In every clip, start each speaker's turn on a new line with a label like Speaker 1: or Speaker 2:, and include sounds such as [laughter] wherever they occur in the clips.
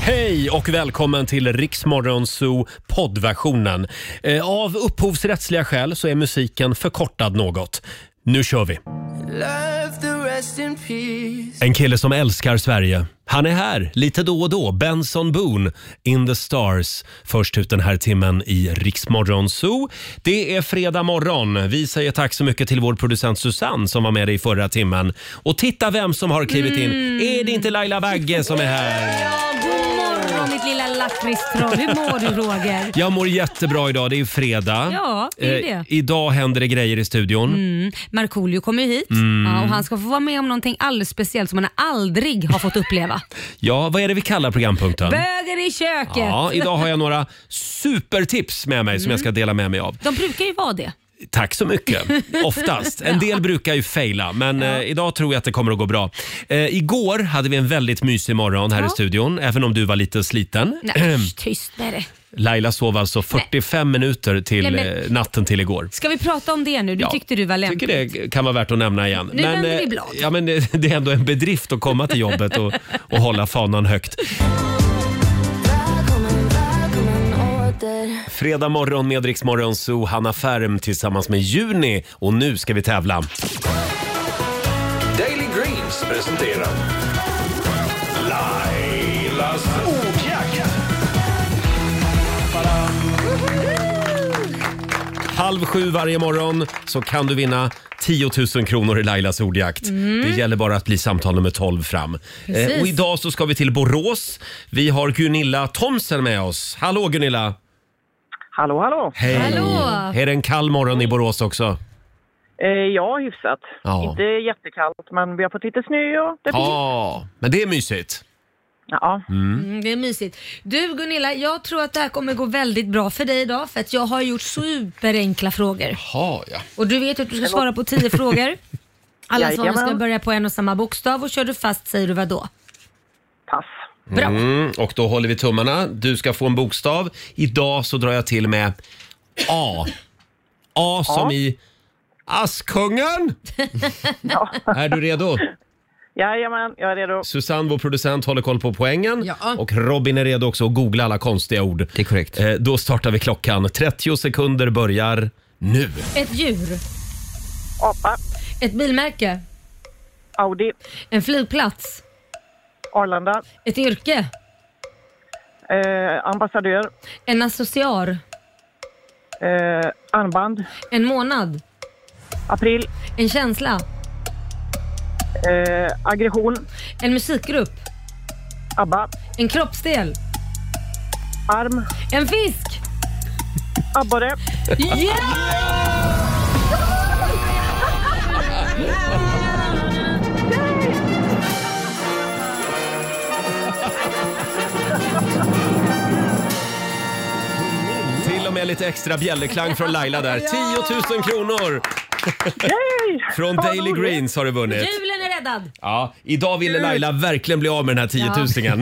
Speaker 1: Hej och välkommen till Riksmorgon Zoo poddversionen. Eh, Av upphovsrättsliga skäl så är musiken förkortad något. Nu kör vi!
Speaker 2: Love the rest in peace.
Speaker 1: En kille som älskar Sverige. Han är här lite då och då. Benson Boone, In the Stars. Först ut den här timmen i Riksmorgon Zoo. Det är fredag morgon. Vi säger tack så mycket till vår producent Susanne som var med i förra timmen. Och titta vem som har klivit in. Är det inte Laila Bagge som är här?
Speaker 3: God morgon mitt lilla lakritstroll. Hur mår du Roger?
Speaker 1: Jag mår jättebra idag. Det är ju fredag.
Speaker 3: Ja, det är
Speaker 1: Eh,
Speaker 3: det. Mm.
Speaker 1: idag händer det grejer i studion.
Speaker 3: Markoolio kommer ju hit
Speaker 1: Mm.
Speaker 3: ja, och han ska få vara med om någonting alldeles speciellt som han aldrig har
Speaker 1: [laughs]
Speaker 3: fått uppleva.
Speaker 1: Ja, vad är det vi kallar programpunkten?
Speaker 3: Böger i köket!
Speaker 1: Ja, idag har jag några supertips med mig som jag ska
Speaker 3: Mm.
Speaker 1: dela med mig av.
Speaker 3: [laughs] De brukar ju vara det.
Speaker 1: Tack så mycket.
Speaker 3: [laughs]
Speaker 1: Oftast. En del brukar ju faila, men eh, idag tror jag att det kommer att gå bra. Eh, igår hade vi en väldigt mysig morgon här i
Speaker 3: Ja.
Speaker 1: studion, även om du var lite sliten. [clears throat]
Speaker 3: Nej, sh, tyst med det.
Speaker 1: Laila sov alltså 45 minuter till
Speaker 3: Nej, men-
Speaker 1: eh, natten till igår.
Speaker 3: Ska vi prata om det nu? Du
Speaker 1: Ja,
Speaker 3: tyckte du var lämplig.
Speaker 1: tycker det kan vara värt att nämna igen.
Speaker 3: Nu vänder
Speaker 1: eh,
Speaker 3: vi blad.
Speaker 1: Ja, men eh, [laughs] det är ändå en bedrift att komma till jobbet och, och hålla fanan högt.
Speaker 2: Välkommen, välkommen åter.
Speaker 1: Fredag morgon med Rix Morgon Zoo, Hanna Färm tillsammans med Juni och nu ska vi tävla.
Speaker 4: Daily Greens presenterar Lailas ordjakt.
Speaker 1: Halv sju varje morgon så kan du vinna 10 000 kronor i Lailas ordjakt. Det gäller bara att bli samtal nummer 12 fram.
Speaker 3: Mm.
Speaker 1: Eh,
Speaker 3: Precis.
Speaker 1: och idag så ska vi till Borås. Vi har Gunilla Thomsen med oss. Hallå Gunilla!
Speaker 5: Hallå, hallå.
Speaker 1: Hej!
Speaker 3: Hallå.
Speaker 1: Är det en kall morgon i Borås också?
Speaker 5: Eh, ja, hyfsat.
Speaker 1: Ja.
Speaker 5: Inte jättekallt, men vi har fått lite snö och det blir...
Speaker 1: Ja, men det är mysigt.
Speaker 5: Ja.
Speaker 3: Mm, det är mysigt. Du Gunilla, jag tror att det här kommer gå väldigt bra för dig idag för att jag har gjort superenkla frågor.
Speaker 1: Ha, ja.
Speaker 3: Och du vet att du ska svara på
Speaker 1: [laughs]
Speaker 3: 10 frågor. Alla svaren ska
Speaker 5: Jajamän.
Speaker 3: börja på en och samma bokstav och kör du fast säger du vad då?
Speaker 5: Pass.
Speaker 3: Bra.
Speaker 1: Mm, och då håller vi tummarna. Du ska få en bokstav. Idag så drar jag till med A. A som i
Speaker 3: [laughs]
Speaker 1: Askungen! Är du redo?
Speaker 5: Jajamän, jag är redo.
Speaker 1: Susanne, vår producent, håller koll på poängen.
Speaker 3: Ja.
Speaker 1: Och Robin är redo också att googla alla konstiga ord.
Speaker 6: Det är korrekt.
Speaker 1: Eh, då startar vi klockan. 30 sekunder börjar nu.
Speaker 3: Ett djur.
Speaker 5: Apa.
Speaker 3: Ett bilmärke.
Speaker 5: Audi.
Speaker 3: En flygplats.
Speaker 5: Arlanda.
Speaker 3: Ett yrke.
Speaker 5: Eh, ambassadör.
Speaker 3: En associar.
Speaker 5: Eh, armband.
Speaker 3: En månad.
Speaker 5: April.
Speaker 3: En känsla.
Speaker 5: Eh, aggression.
Speaker 3: En musikgrupp.
Speaker 5: Abba.
Speaker 3: En kroppsdel.
Speaker 5: Arm.
Speaker 3: En fisk.
Speaker 5: Abborre.
Speaker 3: Ja!
Speaker 1: Till och med lite extra bjällerklang från
Speaker 5: [laughs]
Speaker 1: Laila där. 10 000 kronor
Speaker 5: Yay!
Speaker 1: från
Speaker 5: Fan, vad
Speaker 1: Daily
Speaker 5: roligt.
Speaker 1: Greens har du vunnit.
Speaker 3: Julen är räddad.
Speaker 1: Ja, idag ville Laila verkligen bli av med den här 10 000
Speaker 5: [laughs] [laughs] Det lustiga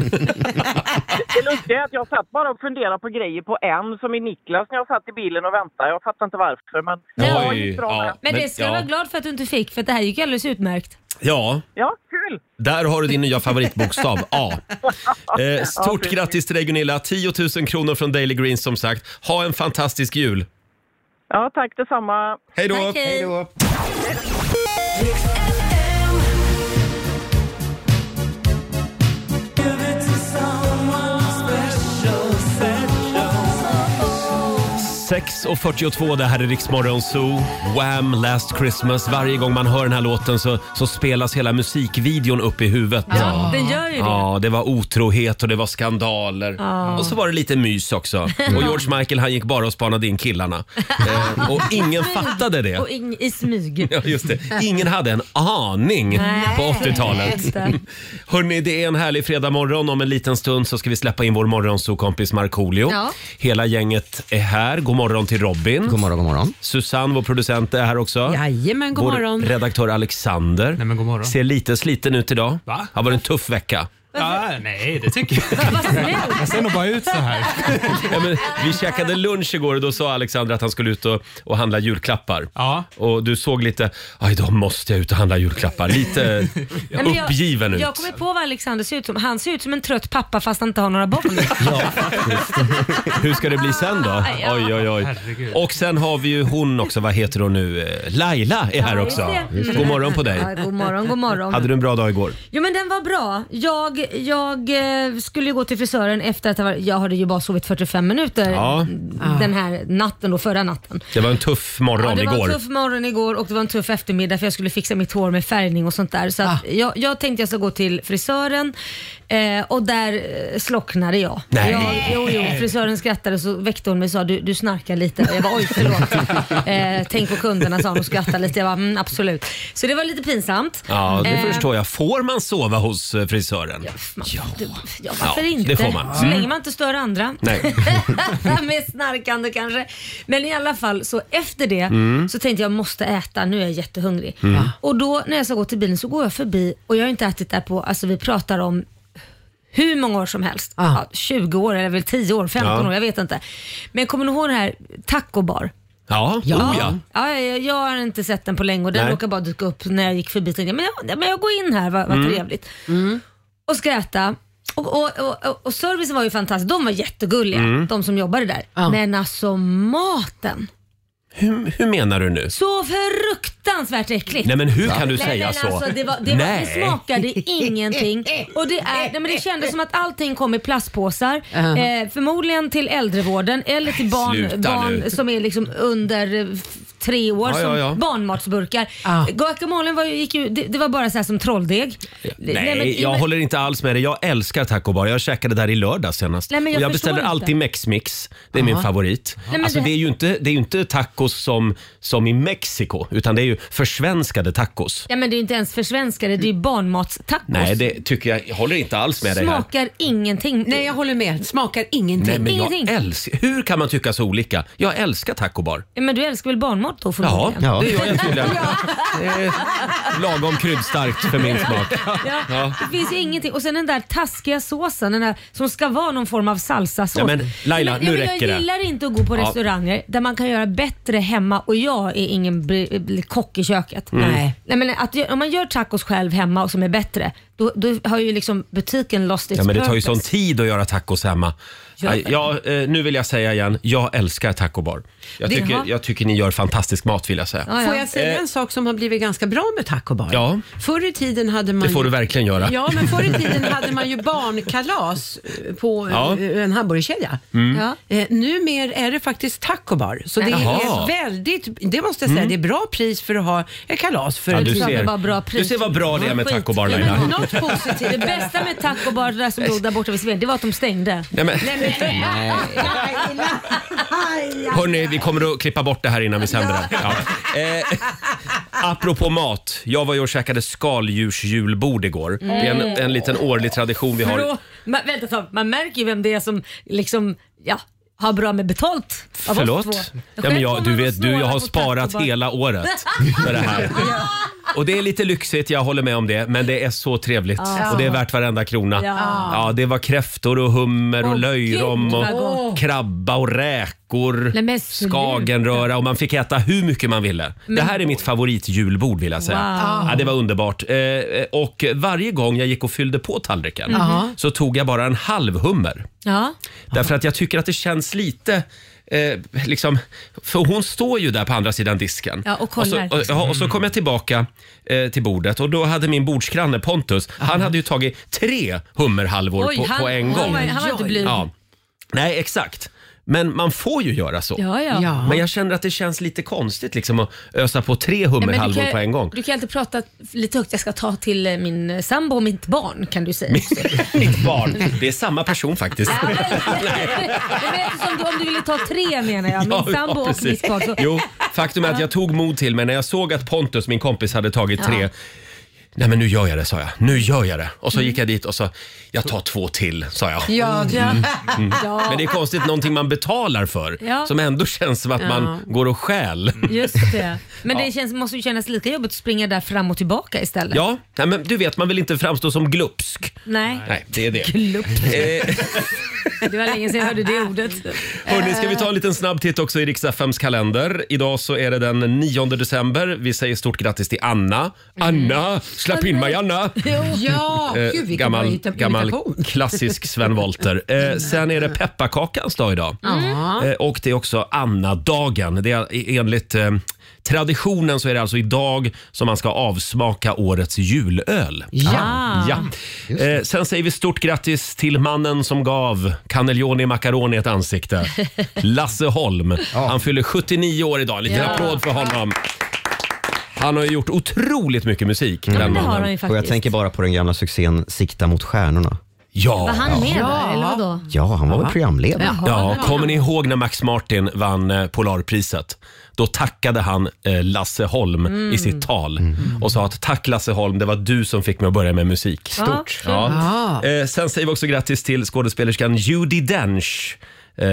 Speaker 5: är att jag satt bara och funderade på grejer på en, som i Niklas när jag satt i bilen och väntade. Jag fattar inte varför, men...
Speaker 3: Ja.
Speaker 5: det gick bra med.
Speaker 3: Men, det ska
Speaker 1: ja.
Speaker 3: du vara glad för att du inte fick för att det här gick alldeles utmärkt.
Speaker 1: Ja,
Speaker 5: Ja, kul!
Speaker 1: där har du din nya favoritbokstav, A. Eh,
Speaker 5: Ja,
Speaker 1: stort
Speaker 5: precis.
Speaker 1: grattis till dig Gunilla, 10 000 kronor från Daily Greens som sagt. Ha en fantastisk jul.
Speaker 5: Ja, tack detsamma.
Speaker 1: Hej då!
Speaker 3: Tack, hej.
Speaker 1: Sex och 42, det här är Riksmorgon Zoo. Wham! Last Christmas. Varje gång man hör den här låten så, så spelas hela musikvideon upp i huvudet.
Speaker 3: Ja, den gör ju det.
Speaker 1: Ja, det var otrohet och det var skandaler. Och så var det lite mys
Speaker 3: [laughs]
Speaker 1: också. Och George Michael han gick bara och spanade in killarna. Eh, och ingen fattade det.
Speaker 3: Och in, i smyg.
Speaker 1: [laughs] Ja, just det. Ingen hade en aning på 80-talet.
Speaker 3: Just
Speaker 1: [laughs]
Speaker 3: det.
Speaker 1: Hörni, det är en härlig fredagmorgon. Om en liten stund så ska vi släppa in vår morgonsokompis Markoolio.
Speaker 3: Ja.
Speaker 1: Hela gänget är här. God morgon till Robin.
Speaker 6: God morgon, god morgon.
Speaker 1: Susanne, vår producent, är här också.
Speaker 7: Jajamän, god
Speaker 1: vår
Speaker 7: morgon.
Speaker 1: redaktör Alexander
Speaker 6: Nej, men god morgon.
Speaker 1: ser lite sliten ut idag.
Speaker 6: Va?
Speaker 1: Har varit en tuff vecka.
Speaker 6: Ja, nej, det tycker jag
Speaker 3: Vad snällt.
Speaker 6: Jag ser nog bara ut så här.
Speaker 1: [laughs] Ja, men, vi käkade lunch igår och då sa Alexander att han skulle ut och, och handla julklappar.
Speaker 6: Ja.
Speaker 1: Och du såg lite, "Aj, idag måste jag ut och handla julklappar.
Speaker 3: [laughs]
Speaker 1: Lite
Speaker 3: Nej,
Speaker 1: [laughs]
Speaker 3: men jag-
Speaker 1: uppgiven
Speaker 3: Jag
Speaker 1: ut.
Speaker 3: kommer på vad Alexander ser ut som. Han ser ut som en trött pappa fast han inte har
Speaker 1: [laughs]
Speaker 3: några barn.
Speaker 1: Hur ska det bli sen då?
Speaker 3: Aj, ja.
Speaker 1: Oj, oj, oj.
Speaker 6: Herregud.
Speaker 1: Och sen har vi ju hon också, vad heter hon nu? Eh, Laila är här
Speaker 3: Ja,
Speaker 1: också.
Speaker 3: just det. Mm.
Speaker 1: God morgon på dig.
Speaker 3: Ja, god morgon, god morgon.
Speaker 1: Hade du en bra dag igår?
Speaker 3: Jo men den var bra. Jag, jag eh, skulle ju gå till frisören efter att jag, var, jag hade ju bara sovit 45 minuter
Speaker 1: Ja.
Speaker 3: den här natten då, förra natten.
Speaker 1: Det var en tuff morgon
Speaker 3: Ja, det
Speaker 1: igår.
Speaker 3: var en tuff morgon igår och det var en tuff eftermiddag för jag skulle fixa mitt hår med färgning och sånt där. Så
Speaker 1: Ah.
Speaker 3: att jag, jag tänkte jag ska gå till frisören eh, och där eh, slocknade jag.
Speaker 1: Nej.
Speaker 3: jag jo, jo, frisören skrattade så väckte hon mig och sa du, du snarkar lite. Jag bara oj
Speaker 1: [laughs]
Speaker 3: förlåt. eh, tänk på kunderna sa hon och skrattade lite. Jag bara mm, absolut. Så det var lite pinsamt.
Speaker 1: Ja, det
Speaker 3: Eh,
Speaker 1: förstår jag. Får man sova hos eh, frisören?
Speaker 3: Man, du, ja, varför
Speaker 1: Ja,
Speaker 3: inte?
Speaker 1: det får man. Mm.
Speaker 3: Så länge man inte stör andra.
Speaker 1: Nej. [laughs]
Speaker 3: Med snarkande kanske. Men i alla fall, så efter det
Speaker 1: Mm.
Speaker 3: så tänkte jag måste äta, nu är jag jättehungrig. Och då när jag ska gå till bilen så går jag förbi och jag har inte ätit där på, alltså vi pratar om hur många år som helst.
Speaker 7: Ah.
Speaker 3: Ja, 20 år eller väl 10 år, 15
Speaker 1: Ja.
Speaker 3: år, jag vet inte. Men kommer ni ihåg den här tacobar?
Speaker 1: Ja, ja. Oh, ja.
Speaker 3: Ja, jag, jag har inte sett den på länge och den
Speaker 1: Nej.
Speaker 3: råkade bara dyka upp när jag gick förbi. Tänkte, jag, men, jag, men jag går in här, vad, vad
Speaker 1: Mm.
Speaker 3: trevligt. Och ska äta. Och, och, och, och, och servicen var ju fantastisk. De var jättegulliga,
Speaker 1: Mm.
Speaker 3: de som jobbade där.
Speaker 7: Ja.
Speaker 3: Men alltså maten,
Speaker 1: Hur, hur menar du nu?
Speaker 3: så fruktansvärt äckligt.
Speaker 1: Nej men hur kan du
Speaker 3: Nej,
Speaker 1: säga
Speaker 3: men
Speaker 1: så?
Speaker 3: Alltså, det, var, det, var, det
Speaker 1: Nej.
Speaker 3: smakade ingenting. Och det, är, nej, men det kändes som att allting kom i plastpåsar. Eh, förmodligen till äldrevården eller till barn,
Speaker 1: Uh-huh. sluta nu.
Speaker 3: barn som är liksom under eh, f- tre år,
Speaker 1: Ja, ja, Ah. ja.
Speaker 3: som barnmatsburkar.
Speaker 7: Ja.
Speaker 3: Guacamolen var ju, gick ju, det, det var bara så här som trolldeg.
Speaker 1: Nej,
Speaker 3: men-
Speaker 1: jag
Speaker 3: men-
Speaker 1: håller inte alls med dig. Jag älskar taco bar. Jag käkade där i lördag senast.
Speaker 3: Nej, men jag
Speaker 1: och jag
Speaker 3: förstår
Speaker 1: beställer
Speaker 3: inte.
Speaker 1: alltid mexmix. Det är min favorit.
Speaker 3: men
Speaker 1: alltså, det...
Speaker 3: det-
Speaker 1: är ju inte, det är ju inte tacos som, som i Mexiko, utan det är ju försvenskade tacos.
Speaker 3: Ja, men det är ju inte ens för svenskar, det är ju barnmatstacos.
Speaker 1: Nej, det tycker jag. Jag håller inte alls med dig här.
Speaker 3: Smakar ingenting.
Speaker 7: Nej, jag håller med. Smakar
Speaker 1: Nej,
Speaker 7: ingenting.
Speaker 1: men jag
Speaker 3: Ingenting.
Speaker 1: älskar, hur kan man tycka så olika? Jag älskar taco bar.
Speaker 3: Ja, Men du älskar väl barnmat då
Speaker 1: Ja,
Speaker 3: förmodligen?
Speaker 1: det gör jag
Speaker 3: [laughs]
Speaker 1: tydligen. Det är lagom kryddstarkt för min
Speaker 3: [laughs]
Speaker 1: smak.
Speaker 3: Ja,
Speaker 1: Ja.
Speaker 3: Det finns ju ingenting. Och sen den där taskiga såsen den där, som ska vara någon form av salsasås.
Speaker 1: Ja, men Laila,
Speaker 3: ja,
Speaker 1: nu
Speaker 3: men
Speaker 1: räcker det.
Speaker 3: Jag gillar inte att gå på
Speaker 1: Ja.
Speaker 3: restauranger där man kan göra bättre hemma och jag är ingen bli, bli kock i köket.
Speaker 1: Mm.
Speaker 7: Nej.
Speaker 3: Nej, men att, gö- om man gör tacos själv hemma och som är bättre, då, då har ju liksom butiken lost its
Speaker 1: Ja, men det tar ju
Speaker 3: purpose.
Speaker 1: sån tid att göra tacos hemma. Ja, ja, eh, nu vill jag säga igen, jag älskar taco bar. Jag
Speaker 3: Det-
Speaker 1: tycker,
Speaker 3: Jaha.
Speaker 1: jag tycker ni gör fantastisk mat vill jag säga.
Speaker 3: Ja,
Speaker 7: Får
Speaker 3: ja.
Speaker 7: jag säga en sak som har blivit ganska bra med taco bar?
Speaker 1: Eh. Ja.
Speaker 7: Förr i tiden hade man
Speaker 1: Det får
Speaker 7: ju-
Speaker 1: du verkligen göra.
Speaker 7: Ja, men förr i
Speaker 1: [laughs]
Speaker 7: tiden hade man ju barnkalas eh, på
Speaker 1: Ja. Mm.
Speaker 7: eh, en hamburgerkedja.
Speaker 3: Ja.
Speaker 7: Eh, numer är det faktiskt tacobar. Så det
Speaker 1: Jaha. Mm.
Speaker 7: är väldigt, det måste jag säga, det är bra pris för att ha ett kalas för
Speaker 1: Ja,
Speaker 7: en
Speaker 1: du,
Speaker 7: tid.
Speaker 3: klart det
Speaker 1: ser,
Speaker 3: var bra
Speaker 1: du
Speaker 3: pris.
Speaker 1: ser vad bra det är med
Speaker 3: Skit.
Speaker 1: taco bar
Speaker 3: Ja, men
Speaker 1: Laila.
Speaker 7: Något positivt.
Speaker 3: Det bästa med tacobar där som låg där borta vid Sven, det var att de stängde.
Speaker 1: Nej, men,
Speaker 3: [laughs]
Speaker 1: hörni, vi kommer att klippa bort det här innan vi sänder det. Ja. Eh, apropå mat, jag var ju och käkade skaldjursjulbord igår.
Speaker 3: Mm.
Speaker 1: Det är en, en liten årlig tradition vi
Speaker 3: Men
Speaker 1: har.
Speaker 3: då, man, vänta ett tag, man märker ju vem det är som liksom, ja, har bra med betalt av
Speaker 1: Förlåt?
Speaker 3: oss två.
Speaker 1: Ja, men jag,
Speaker 3: Själv
Speaker 1: du
Speaker 3: kommer
Speaker 1: vet,
Speaker 3: man
Speaker 1: du,
Speaker 3: att
Speaker 1: jag har
Speaker 3: snåla på
Speaker 1: sparat
Speaker 3: tacobar.
Speaker 1: hela året för det här. Och det är lite lyxigt, jag håller med om det, men det är så trevligt och det är värt varenda krona. Ja.
Speaker 3: Ja.
Speaker 1: det var kräftor och hummer och
Speaker 3: Åh,
Speaker 1: löjrom
Speaker 3: gud,
Speaker 1: och
Speaker 3: vad gott.
Speaker 1: krabba och räkor,
Speaker 3: Nej, men sluta.
Speaker 1: skagenröra och man fick äta hur mycket man ville. Det här är mitt favoritjulbord vill jag säga.
Speaker 3: Wow.
Speaker 1: Ja, det var underbart. Eh, eh, Och varje gång jag gick och fyllde på tallriken
Speaker 3: Mm.
Speaker 1: så tog jag bara en halv hummer.
Speaker 3: Ja.
Speaker 1: Därför att jag tycker att det känns lite... Eh, liksom, för hon står ju där på andra sidan disken.
Speaker 3: Ja, och
Speaker 1: så,
Speaker 3: kollar.
Speaker 1: och, ja, och så kom jag tillbaka eh, till bordet och då hade min bordsgranne Pontus, han hade ju tagit tre hummerhalvor på, på en gång.
Speaker 3: Han var, han var inte blyg. Ja.
Speaker 1: Ja. Nej, exakt. Men man får ju göra så.
Speaker 3: Ja,
Speaker 7: Ja.
Speaker 1: Men jag känner att det känns lite konstigt liksom, att ösa på tre
Speaker 3: men
Speaker 1: hummerhalvor
Speaker 3: du kan-
Speaker 1: på en gång.
Speaker 3: Du kan inte prata lite högt, jag ska ta till eh, min eh, sambo och mitt barn kan du säga. också.
Speaker 1: [laughs] Mitt barn. Det är samma person faktiskt.
Speaker 3: Ja, men- men eftersom du- Om du ville ta tre menar jag, min sambo och
Speaker 1: precis.
Speaker 3: mitt barn. Så,
Speaker 1: Jo, faktum är att jag tog mod till mig när jag såg att Pontus, min kompis, hade tagit tre. Nej men nu gör jag det, sa jag. Nu gör jag det. Och så gick jag dit och så, jag tar två till, sa jag. Mm.
Speaker 7: Ja, ja.
Speaker 3: [laughs]
Speaker 1: Men det är konstigt, någonting man betalar för
Speaker 3: Ja. Mm.
Speaker 1: som ändå känns som att
Speaker 7: Ja.
Speaker 1: man går och stjäl.
Speaker 3: Just det. Men det känns, måste ju kännas lika jobbigt att springa där fram och tillbaka istället.
Speaker 1: Ja, nej, men du vet, man vill inte framstå som glupsk.
Speaker 3: Nej.
Speaker 1: Nej, det är det.
Speaker 3: Glupp.
Speaker 1: Eh,
Speaker 3: Det var länge sedan jag hörde det ordet.
Speaker 1: hörni,
Speaker 7: Eh.
Speaker 1: ska vi ta en liten snabb titt också i Riks-FMs kalender? Idag så är det den 9 december. Vi säger stort grattis till Anna. Anna! Släpp in mig Anna!
Speaker 7: Mm. ja.
Speaker 1: [laughs] Eh,
Speaker 7: Gud, vilken bra
Speaker 1: gammal
Speaker 7: hitta-
Speaker 1: gammal
Speaker 7: imitation.
Speaker 1: klassisk Sven
Speaker 7: [laughs]
Speaker 1: Wollter. Eh, sen är det pepparkakans dag idag.
Speaker 7: Mm. Ja.
Speaker 1: Eh, och det är också Anna-dagen. Det är enligt eh, traditionen så är det alltså idag som man ska avsmaka årets julöl.
Speaker 7: Ja.
Speaker 1: Ja. Eh, sen säger vi stort grattis till mannen som gav cannelloni macaroni ett
Speaker 3: [laughs]
Speaker 1: ansikte. Lasse Holm. Han fyller 79 år idag. En liten
Speaker 3: Ja.
Speaker 1: applåd för honom. Han har ju gjort otroligt mycket musik.
Speaker 3: Ja,
Speaker 1: Den
Speaker 3: men det har
Speaker 1: mannen.
Speaker 3: han ju
Speaker 8: Och
Speaker 3: faktiskt.
Speaker 8: jag tänker bara på den gamla succén Sikta mot stjärnorna.
Speaker 1: Ja.
Speaker 3: Var han med
Speaker 7: Ja.
Speaker 3: där eller vadå?
Speaker 8: Ja, han var väl programledare.
Speaker 1: Ja, kommer ni ihåg när Max Martin vann eh, Polarpriset? Då tackade han eh, Lasse Holm i sitt tal
Speaker 8: Mm.
Speaker 1: och sa att tack Lasse Holm, det var du som fick mig att börja med musik.
Speaker 3: Stort.
Speaker 1: Ja. Eh, sen säger vi också grattis till skådespelerskan Judi Dench. Eh,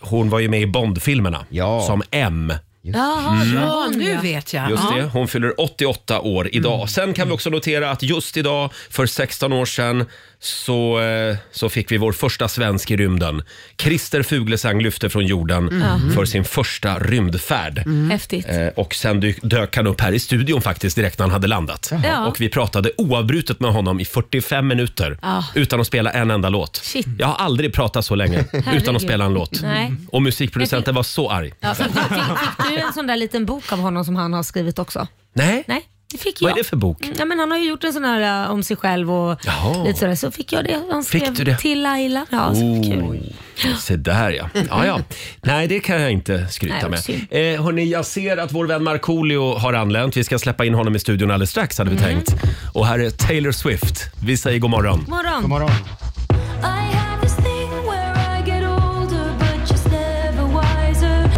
Speaker 1: hon var ju med i Bondfilmerna
Speaker 8: Ja.
Speaker 1: som M.
Speaker 3: Jaha,
Speaker 7: Ja,
Speaker 3: mm.
Speaker 7: nu
Speaker 3: ja. Mm.
Speaker 7: vet jag.
Speaker 1: Just
Speaker 7: ja.
Speaker 1: det, hon fyller 88 år idag. Sen kan vi också notera att just idag, för 16 år sedan, så, eh, så fick vi vår första svensk i rymden. Christer Fuglesang lyfte från jorden
Speaker 3: Mm.
Speaker 1: för sin första rymdfärd.
Speaker 3: Häftigt.
Speaker 1: Eh, Och sen dy- dök han upp här i studion faktiskt direkt när han hade landat.
Speaker 3: Ja.
Speaker 1: Och vi pratade oavbrutet med honom i 45 minuter
Speaker 3: Ah.
Speaker 1: utan att spela en enda låt.
Speaker 3: Shit.
Speaker 1: Jag har aldrig pratat så länge utan
Speaker 3: Herregud.
Speaker 1: att spela en låt.
Speaker 3: Nej.
Speaker 1: Och musikproducenten var så arg.
Speaker 3: Ja, fick, fick, fick du en sån där liten bok av honom som han har skrivit också?
Speaker 1: Nej,
Speaker 3: Nej, det fick jag.
Speaker 1: vad är det för bok?
Speaker 3: Mm, Ja, men han har ju gjort en sån här äh, om sig själv och
Speaker 1: Jaha.
Speaker 3: lite sådär. Så fick jag det. Han
Speaker 1: Fick
Speaker 3: skrev
Speaker 1: du det?
Speaker 3: till Laila. Ja,
Speaker 4: Oh.
Speaker 3: så kul.
Speaker 1: Se där ja. ja,
Speaker 3: [laughs]
Speaker 1: ja. Nej, det kan jag inte
Speaker 3: Nej,
Speaker 1: skryta
Speaker 3: vad
Speaker 1: med.
Speaker 3: synd.
Speaker 1: Eh, hörni, jag ser att vår vän Markoolio har anlänt. Vi ska släppa in honom i studion alldeles strax hade vi
Speaker 3: Mm.
Speaker 1: tänkt. Och här är Taylor Swift. Vi säger god morgon.
Speaker 3: God morgon.
Speaker 6: morgon.
Speaker 2: I have this thing where I get older, but just never wiser.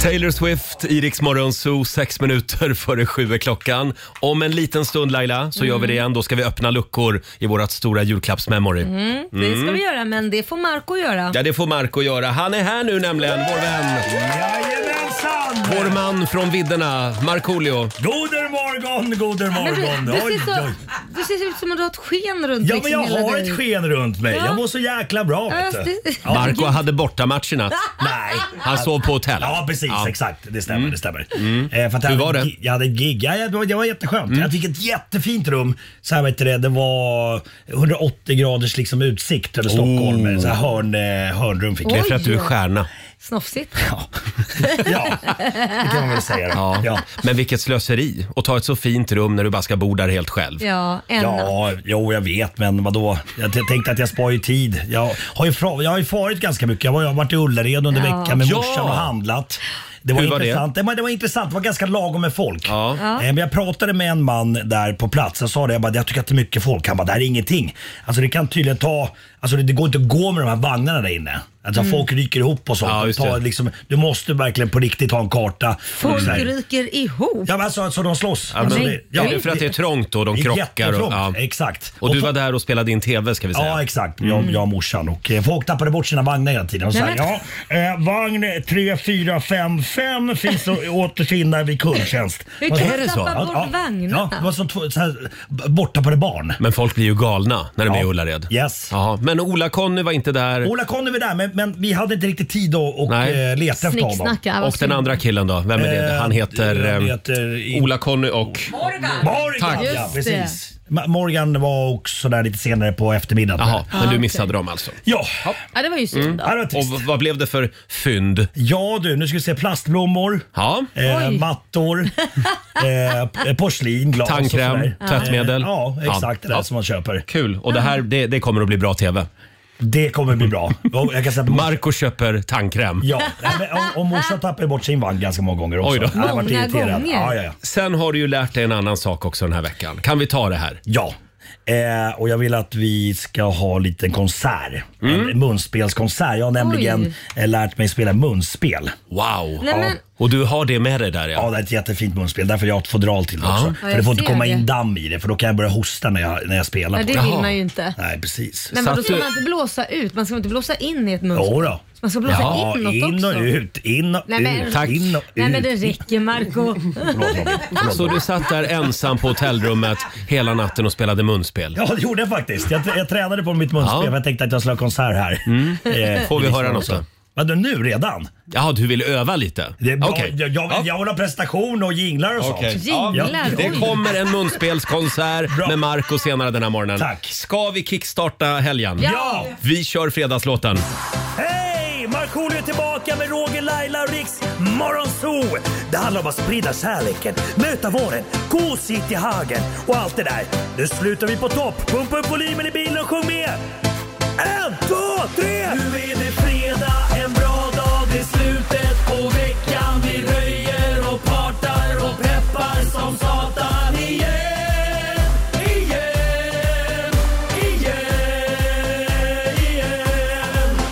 Speaker 1: Taylor Swift, Iriks morgonzoo, sex minuter före sju är klockan. Om en liten stund Laila så gör vi
Speaker 3: Mm.
Speaker 1: det igen. Då ska vi öppna luckor i vårt stora julklappsmemory.
Speaker 3: Mm,
Speaker 1: Mm.
Speaker 3: Det ska
Speaker 4: Mm.
Speaker 3: vi göra, men det får Marco göra.
Speaker 1: Ja, det får Marco göra. Han är här nu nämligen, vår vän.
Speaker 4: Jajamensan!
Speaker 1: Vår man från vidderna, Markoolio.
Speaker 4: Goder morgon, goder
Speaker 3: Men du,
Speaker 4: morgon.
Speaker 3: du,
Speaker 4: Oj,
Speaker 3: ser så,
Speaker 4: oj.
Speaker 3: du ser ut som att du har ett sken runt
Speaker 4: Ja,
Speaker 3: liksom
Speaker 4: men jag
Speaker 3: hela
Speaker 4: har
Speaker 3: dig.
Speaker 4: ett sken runt mig.
Speaker 3: Ja.
Speaker 4: Jag mår så jäkla bra.
Speaker 3: Ja,
Speaker 4: Vet du.
Speaker 3: just det.
Speaker 1: Marco hade bortamatcherna.
Speaker 3: [laughs]
Speaker 4: Nej.
Speaker 1: Han sov på hotell.
Speaker 4: Ja precis,
Speaker 1: Ja. Mm.
Speaker 4: exakt. Det stämmer. Det stämmer. Eh, för att jag
Speaker 1: Hur
Speaker 4: hade
Speaker 1: var
Speaker 4: ett
Speaker 1: det? Mm.
Speaker 4: gi- Jag hade ett gig. Ja, det, var, det var jätteskönt. Jag fick ett jättefint rum. Så här, vet du, det, det var 180 graders liksom, utsikt över Stockholm.
Speaker 1: Oh.
Speaker 4: Så här, hörn, eh, hörnrum fick
Speaker 1: Det är
Speaker 4: jag.
Speaker 1: för att du är stjärna.
Speaker 3: Snofsigt.
Speaker 4: Ja. [laughs] ja, det kan man väl säga. då.
Speaker 1: Ja.
Speaker 4: Ja.
Speaker 1: Men vilket slöseri att ta ett så fint rum när du bara ska bo där helt själv.
Speaker 3: Ja, en natt.
Speaker 4: Ja, jo jag vet men vadå? Jag t- tänkte att jag spar ju tid. Jag har ju, fra- jag har ju farit ganska mycket. Jag, var, jag har varit i Ullared under
Speaker 3: Ja.
Speaker 4: veckan med
Speaker 1: Ja.
Speaker 4: morsan och handlat. Det var,
Speaker 1: Hur var det?
Speaker 4: intressant. Det? Men det var intressant. Det var ganska lagom med folk.
Speaker 1: Ja.
Speaker 4: Eh, Men jag pratade med en man där på plats. Jag sa det, jag, bara, jag tycker att det är mycket folk. Han bara, det här är ingenting. Alltså det kan tydligen ta, alltså det, det går inte att gå med de här vagnarna där inne. Alltså
Speaker 3: Mm.
Speaker 4: folk ryker ihop och sånt.
Speaker 1: Ja, just det.
Speaker 4: Ta, liksom, du måste verkligen på riktigt ha en karta.
Speaker 3: Folk
Speaker 4: Så här.
Speaker 3: ryker ihop.
Speaker 4: Ja men alltså, alltså de slåss.
Speaker 1: Ja, men,
Speaker 4: alltså,
Speaker 1: är det för att det är trångt och de
Speaker 4: det är
Speaker 1: krockar? Och,
Speaker 4: jättetrångt,
Speaker 1: ja.
Speaker 4: Exakt.
Speaker 1: och du
Speaker 4: så-
Speaker 1: var där och spelade in TV ska vi säga.
Speaker 4: Ja, exakt. Jag, jag och morsan. Och, eh, folk tappade bort sina vagnar hela tiden. Och så
Speaker 3: Mm. Nej,
Speaker 4: här, ja, eh, vagn 3, 4, 5, 5 finns att [laughs] återfinna vid kundtjänst.
Speaker 3: Hur
Speaker 4: Och
Speaker 3: kan
Speaker 1: är
Speaker 3: du
Speaker 1: det så?
Speaker 3: tappa bort
Speaker 4: ja,
Speaker 3: vagnarna?
Speaker 4: Ja, det var som två, så här, b- borttappade barn.
Speaker 1: Men folk blir ju galna när de
Speaker 4: Ja.
Speaker 1: är i Ullared.
Speaker 4: Yes.
Speaker 1: Jaha. Men Ola-Conny var inte där.
Speaker 3: Mm.
Speaker 4: Ola-Conny var där, men, men vi hade inte riktigt tid att och,
Speaker 1: Nej.
Speaker 4: eh, leta efter honom.
Speaker 3: Snicksnacka. vad
Speaker 1: Och den
Speaker 3: synd.
Speaker 1: andra killen då? Vem är det?
Speaker 4: Eh,
Speaker 1: Han heter...
Speaker 4: han
Speaker 1: eh,
Speaker 4: heter-
Speaker 1: Ola-Conny och...
Speaker 4: Morgan!
Speaker 1: Tack.
Speaker 4: Ja,
Speaker 3: Just
Speaker 4: precis. Ma- Morgan var också där lite senare på eftermiddagen.
Speaker 1: Jaha, men du missade dem alltså. Mm.
Speaker 4: Ja,
Speaker 3: Ja, det var ju synd. då.
Speaker 4: ja, det var
Speaker 1: Och
Speaker 4: trist.
Speaker 1: v- vad blev det för fynd?
Speaker 4: Ja du, nu ska vi se plastblommor.
Speaker 1: Ja.
Speaker 4: Eh,
Speaker 3: Oj. [laughs]
Speaker 4: mattor, eh, p- porslin, glas och
Speaker 1: Tandkräm,
Speaker 4: sådär.
Speaker 1: tvättmedel.
Speaker 4: Eh, Ja, exakt. Det där
Speaker 1: Ja.
Speaker 4: som man köper.
Speaker 1: Kul. Och det här, det, det kommer att bli bra TV.
Speaker 4: Det kommer bli bra. Och Jag kan säga att
Speaker 1: Marco köper tandkräm.
Speaker 4: Ja, nej, men om- om morsan tappade bort sin vagn ganska många gånger också.
Speaker 1: Oj då.
Speaker 4: Jag har varit
Speaker 3: Många
Speaker 4: irriterad.
Speaker 3: gånger.
Speaker 4: Ja, ja, ja.
Speaker 1: Sen har du ju lärt dig en annan sak också den här veckan. Kan vi ta det här?
Speaker 4: ja. Eh, och jag vill att vi ska ha en liten konsert.
Speaker 1: Mm.
Speaker 4: En munspelskonsert. Jag har nämligen eh, lärt mig spela munspel.
Speaker 1: Wow!
Speaker 3: Nej,
Speaker 4: Ja.
Speaker 3: men,
Speaker 1: Och du har det med dig där ja.
Speaker 4: Ja, det är ett jättefint munspel. Därför har jag har ett fodral till det också.
Speaker 3: Ja,
Speaker 4: För det
Speaker 3: jag
Speaker 4: får inte
Speaker 3: ser
Speaker 4: komma
Speaker 3: det.
Speaker 4: in damm i det, för då kan jag börja hosta när jag, när jag spelar
Speaker 3: Nej,
Speaker 4: på
Speaker 3: det
Speaker 4: det.
Speaker 3: vill man ju inte.
Speaker 4: Nej, precis.
Speaker 3: Nej, men då
Speaker 1: Satt
Speaker 3: ska
Speaker 1: du-
Speaker 3: man inte blåsa ut, man ska inte blåsa in i ett
Speaker 4: Jo
Speaker 3: mönster.
Speaker 4: då.
Speaker 3: Man ska blåsa
Speaker 4: Ja,
Speaker 3: inåt
Speaker 4: in och
Speaker 3: också.
Speaker 4: ut, in och
Speaker 3: Nej, men-
Speaker 4: ut,
Speaker 1: Tack.
Speaker 4: in och
Speaker 3: Nej
Speaker 4: ut.
Speaker 3: men det räcker Marco
Speaker 4: Förlåt, Robin. Förlåt.
Speaker 1: Så du satt där ensam på hotellrummet hela natten och spelade munspel?
Speaker 4: Ja, det gjorde jag faktiskt. Jag, jag tränade på mitt munspel
Speaker 1: Ja. Mm.
Speaker 4: för jag tänkte att jag skulle ha konsert här. Eh,
Speaker 1: Får vi
Speaker 4: i
Speaker 1: höra
Speaker 4: Lisbon
Speaker 1: något då?
Speaker 4: Vadå nu redan?
Speaker 1: Jaha, du vill öva lite?
Speaker 4: Det är bra.
Speaker 1: Okej.
Speaker 4: Jag, jag, jag vill ha prestation och jinglar och
Speaker 1: Okej.
Speaker 4: sånt.
Speaker 3: Jinglar,
Speaker 4: Ja,
Speaker 1: Det
Speaker 3: oj.
Speaker 1: kommer en munspelskonsert
Speaker 4: Bra.
Speaker 1: med Marco senare den här morgonen.
Speaker 4: Tack.
Speaker 1: Ska vi kickstarta helgen?
Speaker 4: Ja!
Speaker 1: Vi kör fredagslåten.
Speaker 4: Hej! Markoolio är tillbaka med Roger, Laila och Riks Morgonzoo! Det handlar om att sprida kärleken, möta våren, gosigt i hagen och allt det där. Nu slutar vi på topp! Pumpa upp volymen i bilen och sjung med! En, två, tre! Nu är det fredag, en bra dag, det är slutet på veckan. Vi röjer och partar och peppar som satan igen, igen, igen, igen.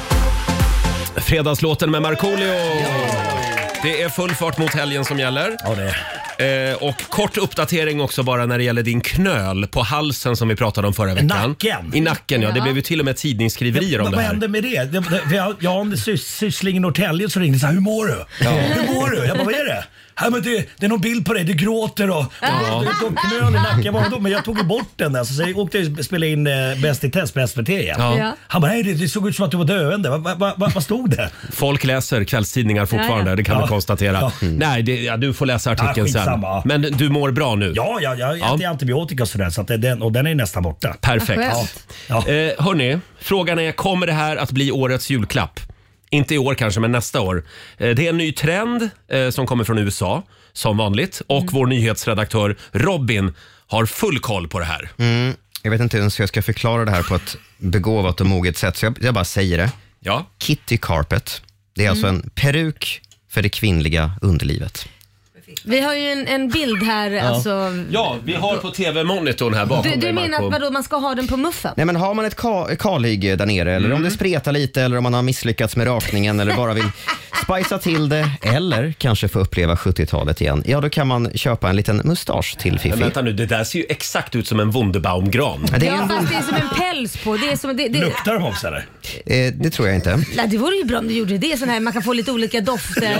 Speaker 1: Fredagslåten med Markoolio. Det är full fart mot helgen som gäller.
Speaker 4: Ja, det är.
Speaker 1: Eh, och kort uppdatering också bara när det gäller din knöl på halsen som vi pratade om förra veckan.
Speaker 4: nacken.
Speaker 1: I nacken ja. Det blev ju till och med tidningsskriverier om
Speaker 4: Men
Speaker 1: det
Speaker 4: vad
Speaker 1: här.
Speaker 4: hände med det? det, det för jag, jag har en sys, syssling i Norrtälje som ringde och sa “Hur mår du?” “Hur mår du?” Jag bara “Vad är det?” Nej, men det, det är någon bild på dig, du gråter och ja. du har knöl i nacken. Jag bara, "Vadå?" Men jag tog ju bort den där så sen åkte jag och spelade in eh, Bäst i test på SVT igen.
Speaker 1: Ja.
Speaker 3: Ja.
Speaker 4: Han bara “Nej, det, det såg ut som att du var döende. Vad va, va, va, vad stod det?”
Speaker 1: Folk läser kvällstidningar fortfarande,
Speaker 3: Ja, ja.
Speaker 1: det kan vi
Speaker 4: Ja.
Speaker 1: konstatera.
Speaker 4: Ja.
Speaker 1: Nej, det, ja, du får läsa artikeln sen.
Speaker 4: skitsamma, ja.
Speaker 1: Men du mår bra nu?
Speaker 4: Ja, ja jag
Speaker 1: Ja.
Speaker 4: äter antibiotika och sådär så att det, den, och den är nästan borta.
Speaker 1: Perfekt.
Speaker 3: Vad
Speaker 1: Ja.
Speaker 4: Ja.
Speaker 3: skönt.
Speaker 1: Eh, hörni, frågan är, kommer det här att bli årets julklapp? Inte i år kanske, men nästa år. Eh, det är en ny trend eh, som kommer från USA, som vanligt. Och vår nyhetsredaktör Robin har full koll på det här.
Speaker 8: Mm. Jag vet inte ens hur jag ska förklara det här på ett begåvat och moget sätt, så jag, jag bara säger det.
Speaker 1: Ja.
Speaker 8: Kitty Carpet, det är alltså
Speaker 3: Mm.
Speaker 8: en peruk för det kvinnliga underlivet.
Speaker 3: Vi har ju en, en bild här alltså.
Speaker 1: ja, vi har på tv-monitorn här bakom
Speaker 3: Du, du
Speaker 1: dig,
Speaker 3: menar
Speaker 1: Marco.
Speaker 3: att vadå, man ska ha den på muffen?
Speaker 8: Nej men har man ett ka- kalhygge där nere eller
Speaker 1: Mm.
Speaker 8: om det spretar lite eller om man har misslyckats med rakningen eller bara
Speaker 3: [laughs]
Speaker 8: vill spicea till det eller kanske få uppleva 70-talet igen. Ja, då kan man köpa en liten mustasch till
Speaker 1: Men
Speaker 8: Fifi.
Speaker 1: Äh, vänta nu, det där ser ju exakt ut som en Wunderbaumgran.
Speaker 8: Det, är
Speaker 3: Ja
Speaker 8: en,
Speaker 3: fast det är som en päls på. Det, är som, det, det,
Speaker 4: Luktar de också eller?
Speaker 8: eh, det tror jag inte.
Speaker 3: Nej, det vore ju bra om du gjorde det. Sån här, man kan få lite olika dofter. Lite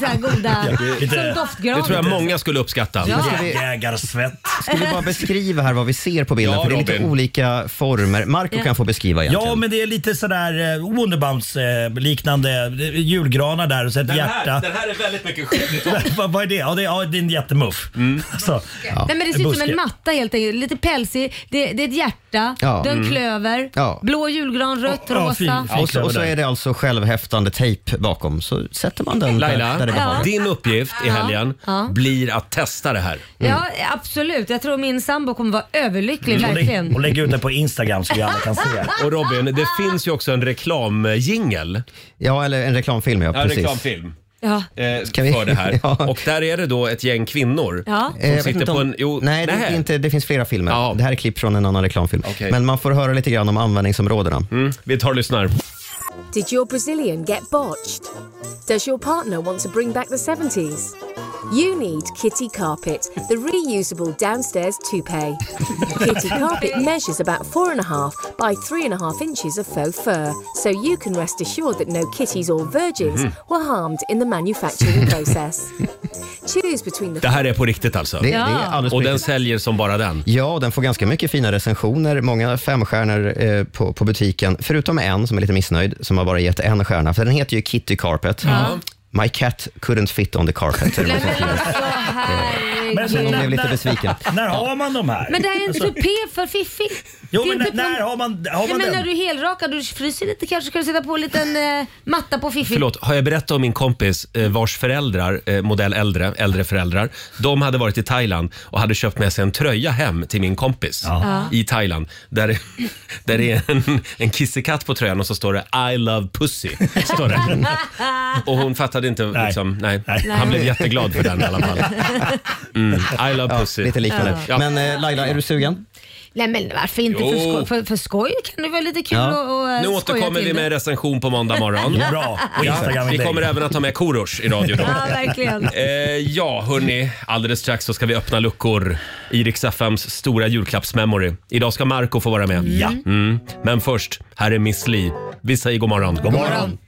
Speaker 3: så här goda.
Speaker 4: lite-
Speaker 3: som doftgran.
Speaker 1: Det tror jag många skulle uppskatta.
Speaker 3: Ja.
Speaker 8: Ska vi,
Speaker 4: Jägarsvett.
Speaker 8: ska
Speaker 3: [laughs]
Speaker 8: vi bara beskriva här vad vi ser på bilden?
Speaker 1: Ja,
Speaker 8: för det är lite
Speaker 1: Robin.
Speaker 8: olika former. Marco kan få beskriva egentligen.
Speaker 4: Ja, men det är lite sådär eh, Wunderbaums eh, liknande eh, julgranar där och så ett hjärta.
Speaker 1: är väldigt mycket Mm. skyldig
Speaker 4: [laughs] vad, vad är det? Ja, det, ja, det är en jättemuff. [laughs] Alltså,
Speaker 3: Nej, men det ser ut som
Speaker 4: Buske.
Speaker 3: en matta helt enkelt. Lite pälsig. Det, det är ett hjärta.
Speaker 8: Ja. Mm.
Speaker 3: Det är en klöver.
Speaker 8: Ja.
Speaker 3: Blå julgran, rött,
Speaker 4: Ja, ja,
Speaker 3: rosa.
Speaker 4: fin- fin.
Speaker 8: Och så, och så är det alltså självhäftande tejp bakom, så sätter man den där, där det
Speaker 1: Laila,
Speaker 8: behövs.
Speaker 1: din uppgift i helgen
Speaker 3: Ja.
Speaker 1: blir att testa det här.
Speaker 8: Mm.
Speaker 3: Ja, absolut. Jag tror min sambo kommer vara överlycklig,
Speaker 4: Och lä-
Speaker 3: verkligen.
Speaker 4: och lägg ut den på Instagram så vi alla
Speaker 3: [laughs]
Speaker 4: kan se.
Speaker 1: Och Robin, det finns ju också en reklamjingel.
Speaker 8: Ja, eller en reklamfilm, ja,
Speaker 1: Ja,
Speaker 8: precis.
Speaker 1: reklamfilm.
Speaker 3: Ja.
Speaker 1: Eh,
Speaker 8: Ska vi-
Speaker 1: för det här.
Speaker 8: [laughs] Ja.
Speaker 1: Och där är det då ett gäng kvinnor
Speaker 3: Ja.
Speaker 8: Eh,
Speaker 1: som
Speaker 8: jag vet
Speaker 1: sitter
Speaker 8: inte
Speaker 1: på
Speaker 8: om-
Speaker 1: en... Jo,
Speaker 8: nej, det,
Speaker 1: nähä.
Speaker 8: är inte, det finns flera filmer.
Speaker 1: Ja.
Speaker 8: Det här är klipp från en annan reklamfilm.
Speaker 1: Okej.
Speaker 8: Men man får höra lite grann om användningsområdena.
Speaker 1: Mm, vi tar och lyssnar.
Speaker 9: Did your Brazilian get botched? Does your partner want to bring back the 70s? You need Kitty Carpet, the reusable downstairs toupee. Kitty Carpet measures about four and a half by three and a half inches of faux fur, so you can rest assured that no kitties or virgins were harmed in the manufacturing process. Choose between the
Speaker 1: Det här är på riktigt alltså.
Speaker 8: Det,
Speaker 3: Ja.
Speaker 8: det är alldeles
Speaker 1: Och den
Speaker 8: riktigt.
Speaker 1: säljer som bara den.
Speaker 8: Ja, den får ganska mycket fina recensioner, många femstjärnor eh, på, på butiken. Förutom en som är lite missnöjd, som har bara gett en stjärna. För den heter ju Kitty Carpet. My cat couldn't fit on the carpet. eller
Speaker 3: Nej, [laughs]
Speaker 8: något sånt
Speaker 3: men
Speaker 8: där.
Speaker 3: alltså, herregud.
Speaker 8: Så hon blev lite besviken.
Speaker 4: alltså, När har man de här? Alltså,
Speaker 3: Men det här är en tupé för Fiffi.
Speaker 4: jo,
Speaker 3: Det är
Speaker 4: men
Speaker 3: inte
Speaker 4: när
Speaker 3: på-
Speaker 4: har man, har
Speaker 3: Nej,
Speaker 4: man
Speaker 3: men när
Speaker 4: den?
Speaker 3: du är helrakad och du fryser lite kanske ska du sätta på en liten eh, matta på Fiffi.
Speaker 1: Förlåt, har jag berättat om min kompis eh, vars föräldrar, eh, modell äldre, äldre föräldrar, de hade varit i Thailand och hade köpt med sig en tröja hem till min kompis i Thailand. Där, [laughs] det- där det är en, en kissekatt på tröjan och så står det I love pussy. Står det. Och hon fattade inte, nej. Liksom, nej.
Speaker 4: Nej.
Speaker 1: han blev jätteglad
Speaker 8: [laughs]
Speaker 1: för den i alla fall. Mm, I love
Speaker 8: Ja,
Speaker 1: pussy.
Speaker 8: lite liknande.
Speaker 1: Ja.
Speaker 8: Men eh, Laila, är du sugen?
Speaker 3: Nej men varför inte?
Speaker 1: Jo.
Speaker 3: För, sko- för, för skoj kan det vara lite kul
Speaker 8: Ja.
Speaker 3: att och, eh,
Speaker 1: Nu
Speaker 3: skoja
Speaker 1: återkommer
Speaker 3: till
Speaker 1: vi
Speaker 3: det.
Speaker 1: med recension på måndag morgon.
Speaker 4: Bra! Och Instagram
Speaker 1: Vi
Speaker 4: inlägg.
Speaker 1: kommer även att ta med Korosh i radio då.
Speaker 3: Ja, verkligen.
Speaker 1: Eh, ja, hörni. Alldeles strax så ska vi öppna luckor i Rix FMs stora julklappsmemory. Idag ska Marco få vara med. Ja. Mm. Men först, här är Miss Li. Vi säger god morgon. God
Speaker 4: morgon.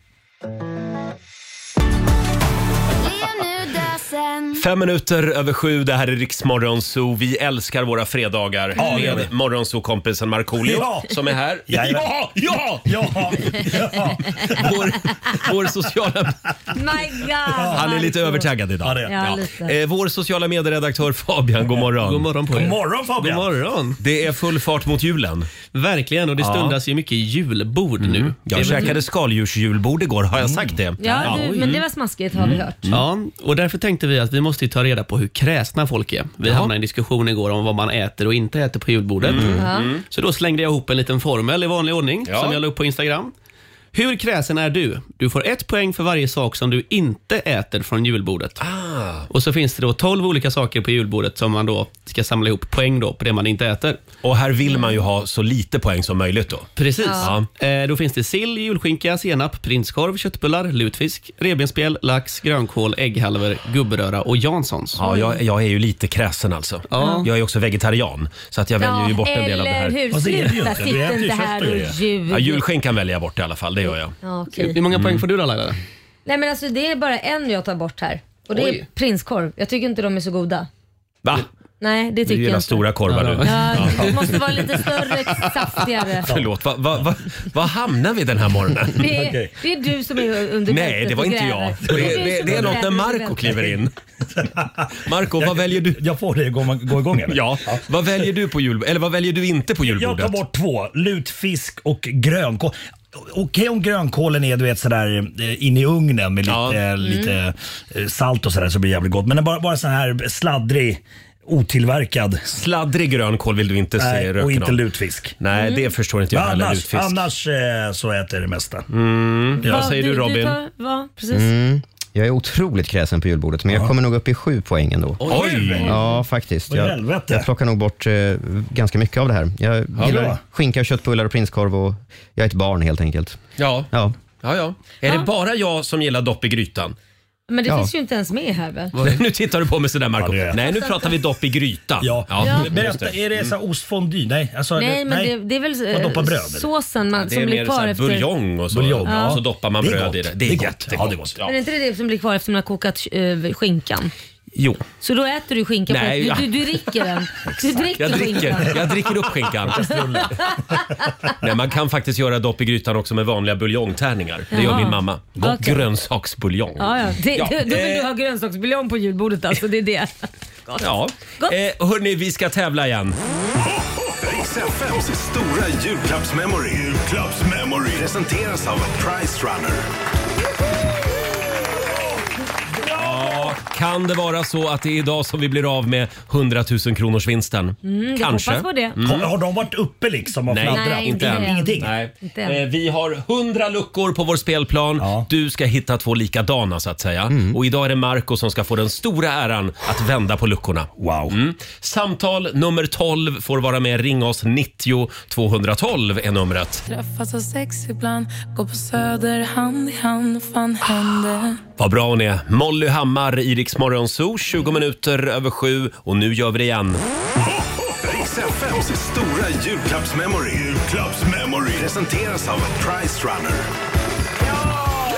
Speaker 1: Fem minuter över sju, det här är Riksmorgon Zoo. Vi älskar våra fredagar
Speaker 4: Ja, det gör
Speaker 1: med
Speaker 4: vi.
Speaker 1: morgonzoo-kompisen Markoolio
Speaker 4: Ja.
Speaker 1: som är här.
Speaker 4: Jajamän.
Speaker 1: Ja! Ja!
Speaker 4: Ja, ja.
Speaker 1: Vår, vår sociala...
Speaker 3: My God,
Speaker 1: Han är lite
Speaker 3: Marco.
Speaker 1: övertaggad idag.
Speaker 4: Ja, det är.
Speaker 3: Ja, lite.
Speaker 1: Eh, vår sociala medieredaktör Fabian, god morgon.
Speaker 6: God morgon på
Speaker 4: God
Speaker 6: er.
Speaker 4: morgon Fabian!
Speaker 6: God morgon.
Speaker 1: Det är full fart mot julen. Mm.
Speaker 6: Verkligen, och det stundas ju mycket julbord nu. Det är
Speaker 1: Jag
Speaker 6: väl-
Speaker 1: käkade skaldjursjulbord igår, har jag sagt det?
Speaker 3: Mm. Ja, du, men det var smaskigt har vi
Speaker 1: Mm.
Speaker 3: hört.
Speaker 6: Mm. Ja, och därför tänkte vi att vi måste ju ta reda på hur kräsna folk är. Vi hamnade i en diskussion igår om vad man äter och inte äter på julbordet.
Speaker 3: Mm.
Speaker 6: Så då slängde jag ihop en liten formel i vanlig ordning
Speaker 1: Ja.
Speaker 6: som jag la upp på Instagram. Hur kräsen är du? Du får ett poäng för varje sak som du inte äter från julbordet.
Speaker 3: Ah,
Speaker 6: Och så finns det då 12 olika saker på julbordet som man då ska samla ihop poäng då på det man inte äter.
Speaker 1: Och här vill man ju ha så lite poäng som möjligt då.
Speaker 6: Precis.
Speaker 1: Ja.
Speaker 6: Eh, då finns det sill, julskinka, senap, prinskorv, köttbullar, lutfisk, revbensspjäll, lax, grönkål, ägghalvor, gubbröra och Janssons.
Speaker 1: Ja, jag, jag är ju lite kräsen alltså. Jag är också vegetarian, så att jag väljer ju bort en del av det
Speaker 3: eller
Speaker 1: här.
Speaker 3: hur?
Speaker 4: Fast det är det ju
Speaker 3: Sluta,
Speaker 4: inte. Du
Speaker 3: sitt
Speaker 4: äter ju
Speaker 3: inte
Speaker 4: kött
Speaker 3: här
Speaker 4: och
Speaker 3: och
Speaker 4: grejer.
Speaker 3: ljug.
Speaker 1: Ja, julskinkan väljer jag bort i alla fall, det gör jag. Mm.
Speaker 3: Ja, okej.
Speaker 6: Hur många poäng får du då Laila?
Speaker 3: Nej men alltså det är bara en jag tar bort här. Och det är
Speaker 6: Oj.
Speaker 3: prinskorv. Jag tycker inte de är så goda.
Speaker 1: Va?
Speaker 3: Nej, det
Speaker 1: Du
Speaker 3: tycker jag
Speaker 1: gillar
Speaker 3: inte.
Speaker 1: stora korvar du.
Speaker 3: Ja, det måste vara lite
Speaker 1: [laughs]
Speaker 3: större, saftigare.
Speaker 1: Förlåt, vad va, va, vad hamnar vi den här
Speaker 4: [laughs]
Speaker 1: morgonen?
Speaker 3: Det är, det är du som är under
Speaker 1: Nej,
Speaker 3: bältet
Speaker 1: det var
Speaker 3: och
Speaker 1: inte
Speaker 3: gräver.
Speaker 1: jag. Det,
Speaker 3: du
Speaker 1: det,
Speaker 3: som
Speaker 1: det är något
Speaker 3: gräver
Speaker 1: när
Speaker 3: under
Speaker 1: Marco
Speaker 3: bältet.
Speaker 1: kliver in.
Speaker 4: [laughs]
Speaker 1: Marco, vad väljer du?
Speaker 4: Jag får det, gå, gå igång eller?
Speaker 1: Ja, vad väljer du på jul... Eller vad väljer du inte på
Speaker 4: Jag tar
Speaker 1: julbordet?
Speaker 4: bort två, lutfisk och grönkål. Okej om grönkålen är du vet sådär eh, in i ugnen med lite,
Speaker 1: Ja.
Speaker 3: Mm.
Speaker 4: eh, lite eh, salt och sådär så blir det jävligt gott. Men bara, bara sån här sladdrig, otillverkad.
Speaker 1: Sladdrig grönkål vill du inte se
Speaker 4: Nej, och
Speaker 1: röken
Speaker 4: inte
Speaker 1: av.
Speaker 4: lutfisk. Mm.
Speaker 1: Nej, det förstår inte jag
Speaker 4: Men
Speaker 1: heller.
Speaker 4: annars,
Speaker 1: Lutfisk. Mm.
Speaker 4: annars eh, så äter jag det mesta.
Speaker 1: Vad säger du Robin?
Speaker 3: tar- vad? precis.
Speaker 1: Mm.
Speaker 8: Mm. Jag är otroligt kräsen på julbordet, men jag kommer nog upp i sju poäng ändå.
Speaker 1: Oj!
Speaker 8: Ja, faktiskt.
Speaker 4: Vad i
Speaker 8: Jag,
Speaker 4: helvete.
Speaker 8: jag plockar nog bort eh, ganska mycket av det här. Jag gillar
Speaker 4: bra.
Speaker 8: skinka, och köttbullar och prinskorv och jag är ett barn helt enkelt.
Speaker 1: Ja.
Speaker 8: Ja.
Speaker 1: Ja, ja. Är det bara jag som gillar dopp i grytan?
Speaker 3: Men det
Speaker 8: Ja.
Speaker 3: finns ju inte ens med här väl?
Speaker 1: [laughs] Nu tittar du på mig sådär Marco.
Speaker 4: Ja, det gör jag.
Speaker 1: Nej, nu pratar vi dopp i grytan.
Speaker 4: Ja.
Speaker 1: ja. just
Speaker 4: Berätta,
Speaker 1: det.
Speaker 4: är det så här ostfondue? Nej, alltså,
Speaker 3: Nej, men det, det är väl eh,
Speaker 4: Man doppar bröd, eller?
Speaker 3: såsen man,
Speaker 1: Det är
Speaker 3: som
Speaker 1: mer
Speaker 3: blir
Speaker 1: så
Speaker 3: kvar
Speaker 1: här
Speaker 3: efter...
Speaker 1: buljong och så,
Speaker 4: Buljong, ja.
Speaker 1: och så doppar man
Speaker 4: Det är
Speaker 1: bröd
Speaker 4: gott.
Speaker 1: i det.
Speaker 4: Det är gott.
Speaker 1: jättegott.
Speaker 4: Ja, det är gott.
Speaker 1: Ja.
Speaker 3: Men är inte det det som blir kvar efter man har kokat eh, skinkan? [laughs]
Speaker 1: Jo,
Speaker 3: Så då äter du skinkan?
Speaker 1: Nej,
Speaker 3: på,
Speaker 1: ja.
Speaker 3: du, du, du
Speaker 1: [laughs]
Speaker 3: dricker den? Du dricker,
Speaker 1: jag
Speaker 3: skinkan?
Speaker 1: dricker, jag dricker upp skinkan. Nej, man kan faktiskt göra dopp i grytan också med vanliga buljongtärningar. Det gör
Speaker 3: Jaha.
Speaker 1: min mamma. Gott
Speaker 3: Okej.
Speaker 1: grönsaksbuljong.
Speaker 3: Ja, ja. Det,
Speaker 1: Ja,
Speaker 3: Då vill
Speaker 1: eh,
Speaker 3: du ha grönsaksbuljong på julbordet alltså, det är det.
Speaker 1: Ja.
Speaker 3: Gott.
Speaker 1: Eh, hörni, vi ska tävla igen.
Speaker 10: Riks FMs stora julklappsmemory. Julklappsmemory. Presenteras av Price Runner.
Speaker 1: Ja, kan det vara så att det är idag som vi blir av med 100 000 kronors vinsten?
Speaker 3: Jag
Speaker 1: Kanske.
Speaker 3: Mm,
Speaker 1: Mm.
Speaker 3: hoppas på det.
Speaker 4: Har, har de varit uppe liksom och
Speaker 1: Nej,
Speaker 4: fladdrat?
Speaker 3: Nej,
Speaker 1: inte än.
Speaker 4: Ingenting?
Speaker 1: Nej.
Speaker 3: Inte än.
Speaker 1: Eh, vi har 100 luckor på vår spelplan.
Speaker 4: Ja. Mm.
Speaker 1: Du ska hitta två likadana så att säga. Och idag är det Marco som ska få den stora äran att vända på luckorna.
Speaker 4: Wow.
Speaker 1: Mm. Samtal nummer 12 får vara med. Ring oss 90 212 är numret.
Speaker 2: Träffas av sex ibland, går på söder hand i hand, fan hände?
Speaker 1: Vad bra hon är. Molly Hammar, Iriks morgonzoo, 20 minuter över sju. Och nu gör vi det igen.
Speaker 10: Riks FMs stora julklappsmemory. Julklappsmemory. Presenteras av Price Runner.
Speaker 4: Bravo!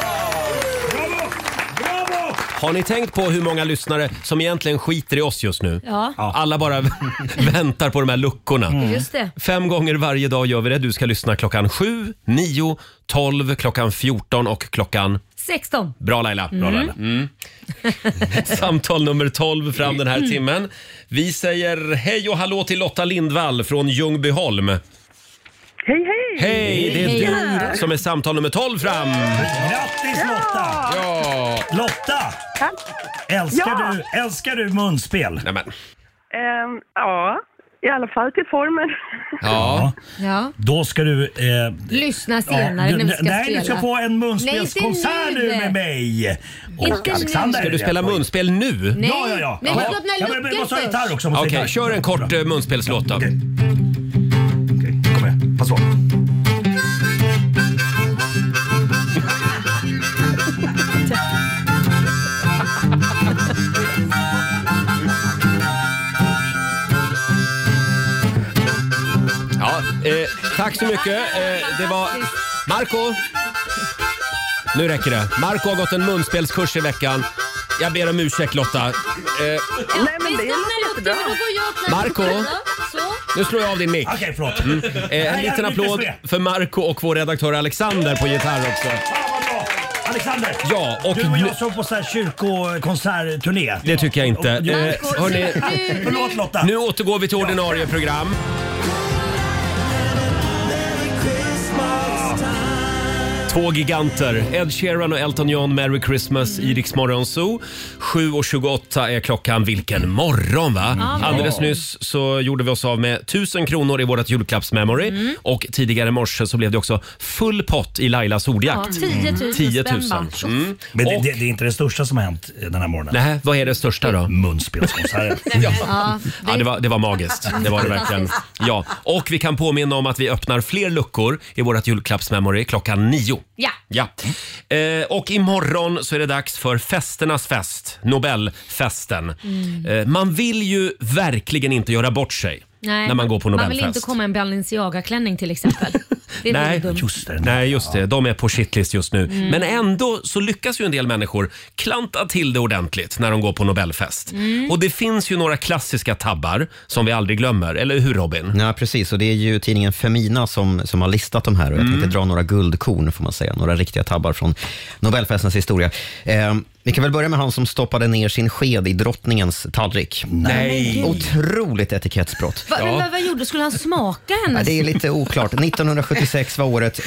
Speaker 4: Bravo!
Speaker 1: Har ni tänkt på hur många lyssnare som egentligen skiter i oss just nu?
Speaker 3: Ja. Mm.
Speaker 1: Alla bara [laughs] väntar på de här luckorna.
Speaker 3: Just det.
Speaker 1: Fem gånger varje dag gör vi det. Du ska lyssna klockan 7, 9, 12, klockan 14 och klockan...
Speaker 3: 16.
Speaker 1: Bra Laila! Bra Laila. Mm. [laughs] Samtal nummer 12 fram den här
Speaker 3: Mm.
Speaker 1: timmen. Vi säger hej och hallå till Lotta Lindvall från Ljungbyholm.
Speaker 5: Hej, hej!
Speaker 1: Hej! Det är du som är samtal nummer 12 fram.
Speaker 4: Grattis Lotta!
Speaker 1: Ja!
Speaker 4: Lotta! Älskar,
Speaker 5: Ja.
Speaker 4: du, älskar du munspel?
Speaker 1: Nej, men.
Speaker 5: Ehm, ja, i alla fall till formen.
Speaker 1: Ja.
Speaker 3: Ja.
Speaker 4: Då ska du... Eh,
Speaker 3: Lyssna
Speaker 4: ja,
Speaker 3: senare
Speaker 4: du
Speaker 3: när vi ska
Speaker 4: nej,
Speaker 3: spela.
Speaker 4: du ska få en
Speaker 3: Nej,
Speaker 4: munspelskonsert
Speaker 3: inte
Speaker 4: nu
Speaker 3: nu.
Speaker 4: med mig. Och
Speaker 3: Inte nu.
Speaker 4: Alexander.
Speaker 1: Ska du spela munspel nu?
Speaker 3: Nej.
Speaker 4: Ja, ja, ja.
Speaker 3: Men vi
Speaker 4: Jaha.
Speaker 3: ska öppna
Speaker 4: ja, men, men,
Speaker 3: luckor
Speaker 4: måste ha
Speaker 3: först.
Speaker 4: gitarr också. måste ha
Speaker 1: Okej,
Speaker 4: gitarr.
Speaker 1: kör en kort eh, munspelslåt då.
Speaker 4: Okej.
Speaker 10: Pass på.
Speaker 1: Ja, eh, tack så mycket. Eh, det var Marco. Nu räcker det. Marco har gått en munspelskurs i veckan. Jag ber om ursäkt Lotta. Eh,
Speaker 2: Nej, men det är jättebra.
Speaker 1: Marco? nu slår jag av din mick.
Speaker 2: Okej, förlåt.
Speaker 1: Mm.
Speaker 2: Nej,
Speaker 1: Eh, en
Speaker 2: jag
Speaker 1: liten
Speaker 2: lyckas
Speaker 1: applåd
Speaker 2: med.
Speaker 1: för Marco och vår redaktör Alexander på gitarr också.
Speaker 4: Alexander!
Speaker 1: Ja, och
Speaker 4: du och
Speaker 1: nu-
Speaker 4: jag såg på så här kyrkokonsertturné.
Speaker 1: Det tycker jag inte.
Speaker 4: Och-
Speaker 1: Eh, hörni,
Speaker 4: Förlåt Lotta.
Speaker 1: nu återgår vi till ordinarie program. Två giganter, Ed Sheeran och Elton John, Merry Christmas i Rix Morgon Zoo. 7.28 är klockan. Vilken morgon va?
Speaker 2: Ja.
Speaker 1: Alldeles nyss så gjorde vi oss av med 1000 kronor i vårt julklappsmemory. Och tidigare i morse så blev det också full pott i Lailas ordjakt.
Speaker 4: Ja, 10 000
Speaker 1: 000.
Speaker 4: spänn bara.
Speaker 1: Mm.
Speaker 4: Men det,
Speaker 1: Och-
Speaker 4: det, det är inte det största som har hänt eh, den här morgonen.
Speaker 1: Nej, vad är det största då?
Speaker 4: Munspelskonserten.
Speaker 1: ja. Ja, det var, det var
Speaker 3: [laughs]
Speaker 1: magiskt. Det var det verkligen. Ja. Och vi kan påminna om att vi öppnar fler luckor i vårt julklappsmemory klockan nio.
Speaker 2: Ja.
Speaker 1: Ja. Eh, och imorgon så är det dags för festernas fest, Nobelfesten.
Speaker 3: Mm.
Speaker 1: Eh, man vill ju verkligen inte göra bort sig när man går på
Speaker 3: Man
Speaker 1: Nobelfest.
Speaker 3: vill inte komma i en Balenciaga-klänning till exempel. Det
Speaker 1: [laughs]
Speaker 3: är
Speaker 1: Nej,
Speaker 3: väldigt dumt.
Speaker 1: just det. Nej, just det. De är på shitlist just nu.
Speaker 3: Mm.
Speaker 1: Men ändå så lyckas ju en del människor klanta till det ordentligt när de går på Nobelfest.
Speaker 8: Mm.
Speaker 1: Och det finns ju några klassiska tabbar som vi aldrig glömmer, eller hur Robin?
Speaker 8: Ja, precis. Och det är ju tidningen Femina som, som har listat de här. Och jag
Speaker 1: Mm.
Speaker 8: tänkte dra några guldkorn, får man säga. Några riktiga tabbar från Nobelfestens historia. Eh, vi kan väl börja med han som stoppade ner sin sked i drottningens tallrik.
Speaker 1: Nej.
Speaker 8: Otroligt etikettsbrott.
Speaker 3: Va, men, vad, vad gjorde Skulle han smaka
Speaker 8: Ja,
Speaker 3: hennes?
Speaker 8: det är lite oklart. 1976 var året.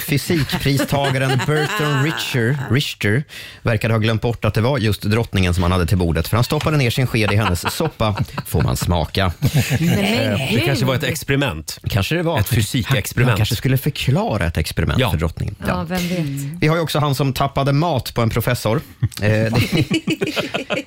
Speaker 8: Fysikpristagaren Burton Richter, Richter verkade ha glömt bort att det var just drottningen som han hade till bordet, för han stoppade ner sin sked i hennes soppa. Får man smaka?
Speaker 1: men Eh, det gud. kanske var ett experiment.
Speaker 8: Kanske det var. Ett
Speaker 1: fysikexperiment.
Speaker 8: Han kanske skulle förklara ett experiment för drottningen. Ja.
Speaker 3: Ja, vem vet.
Speaker 8: Vi har ju också han som tappade mat på en professor. Eh, det-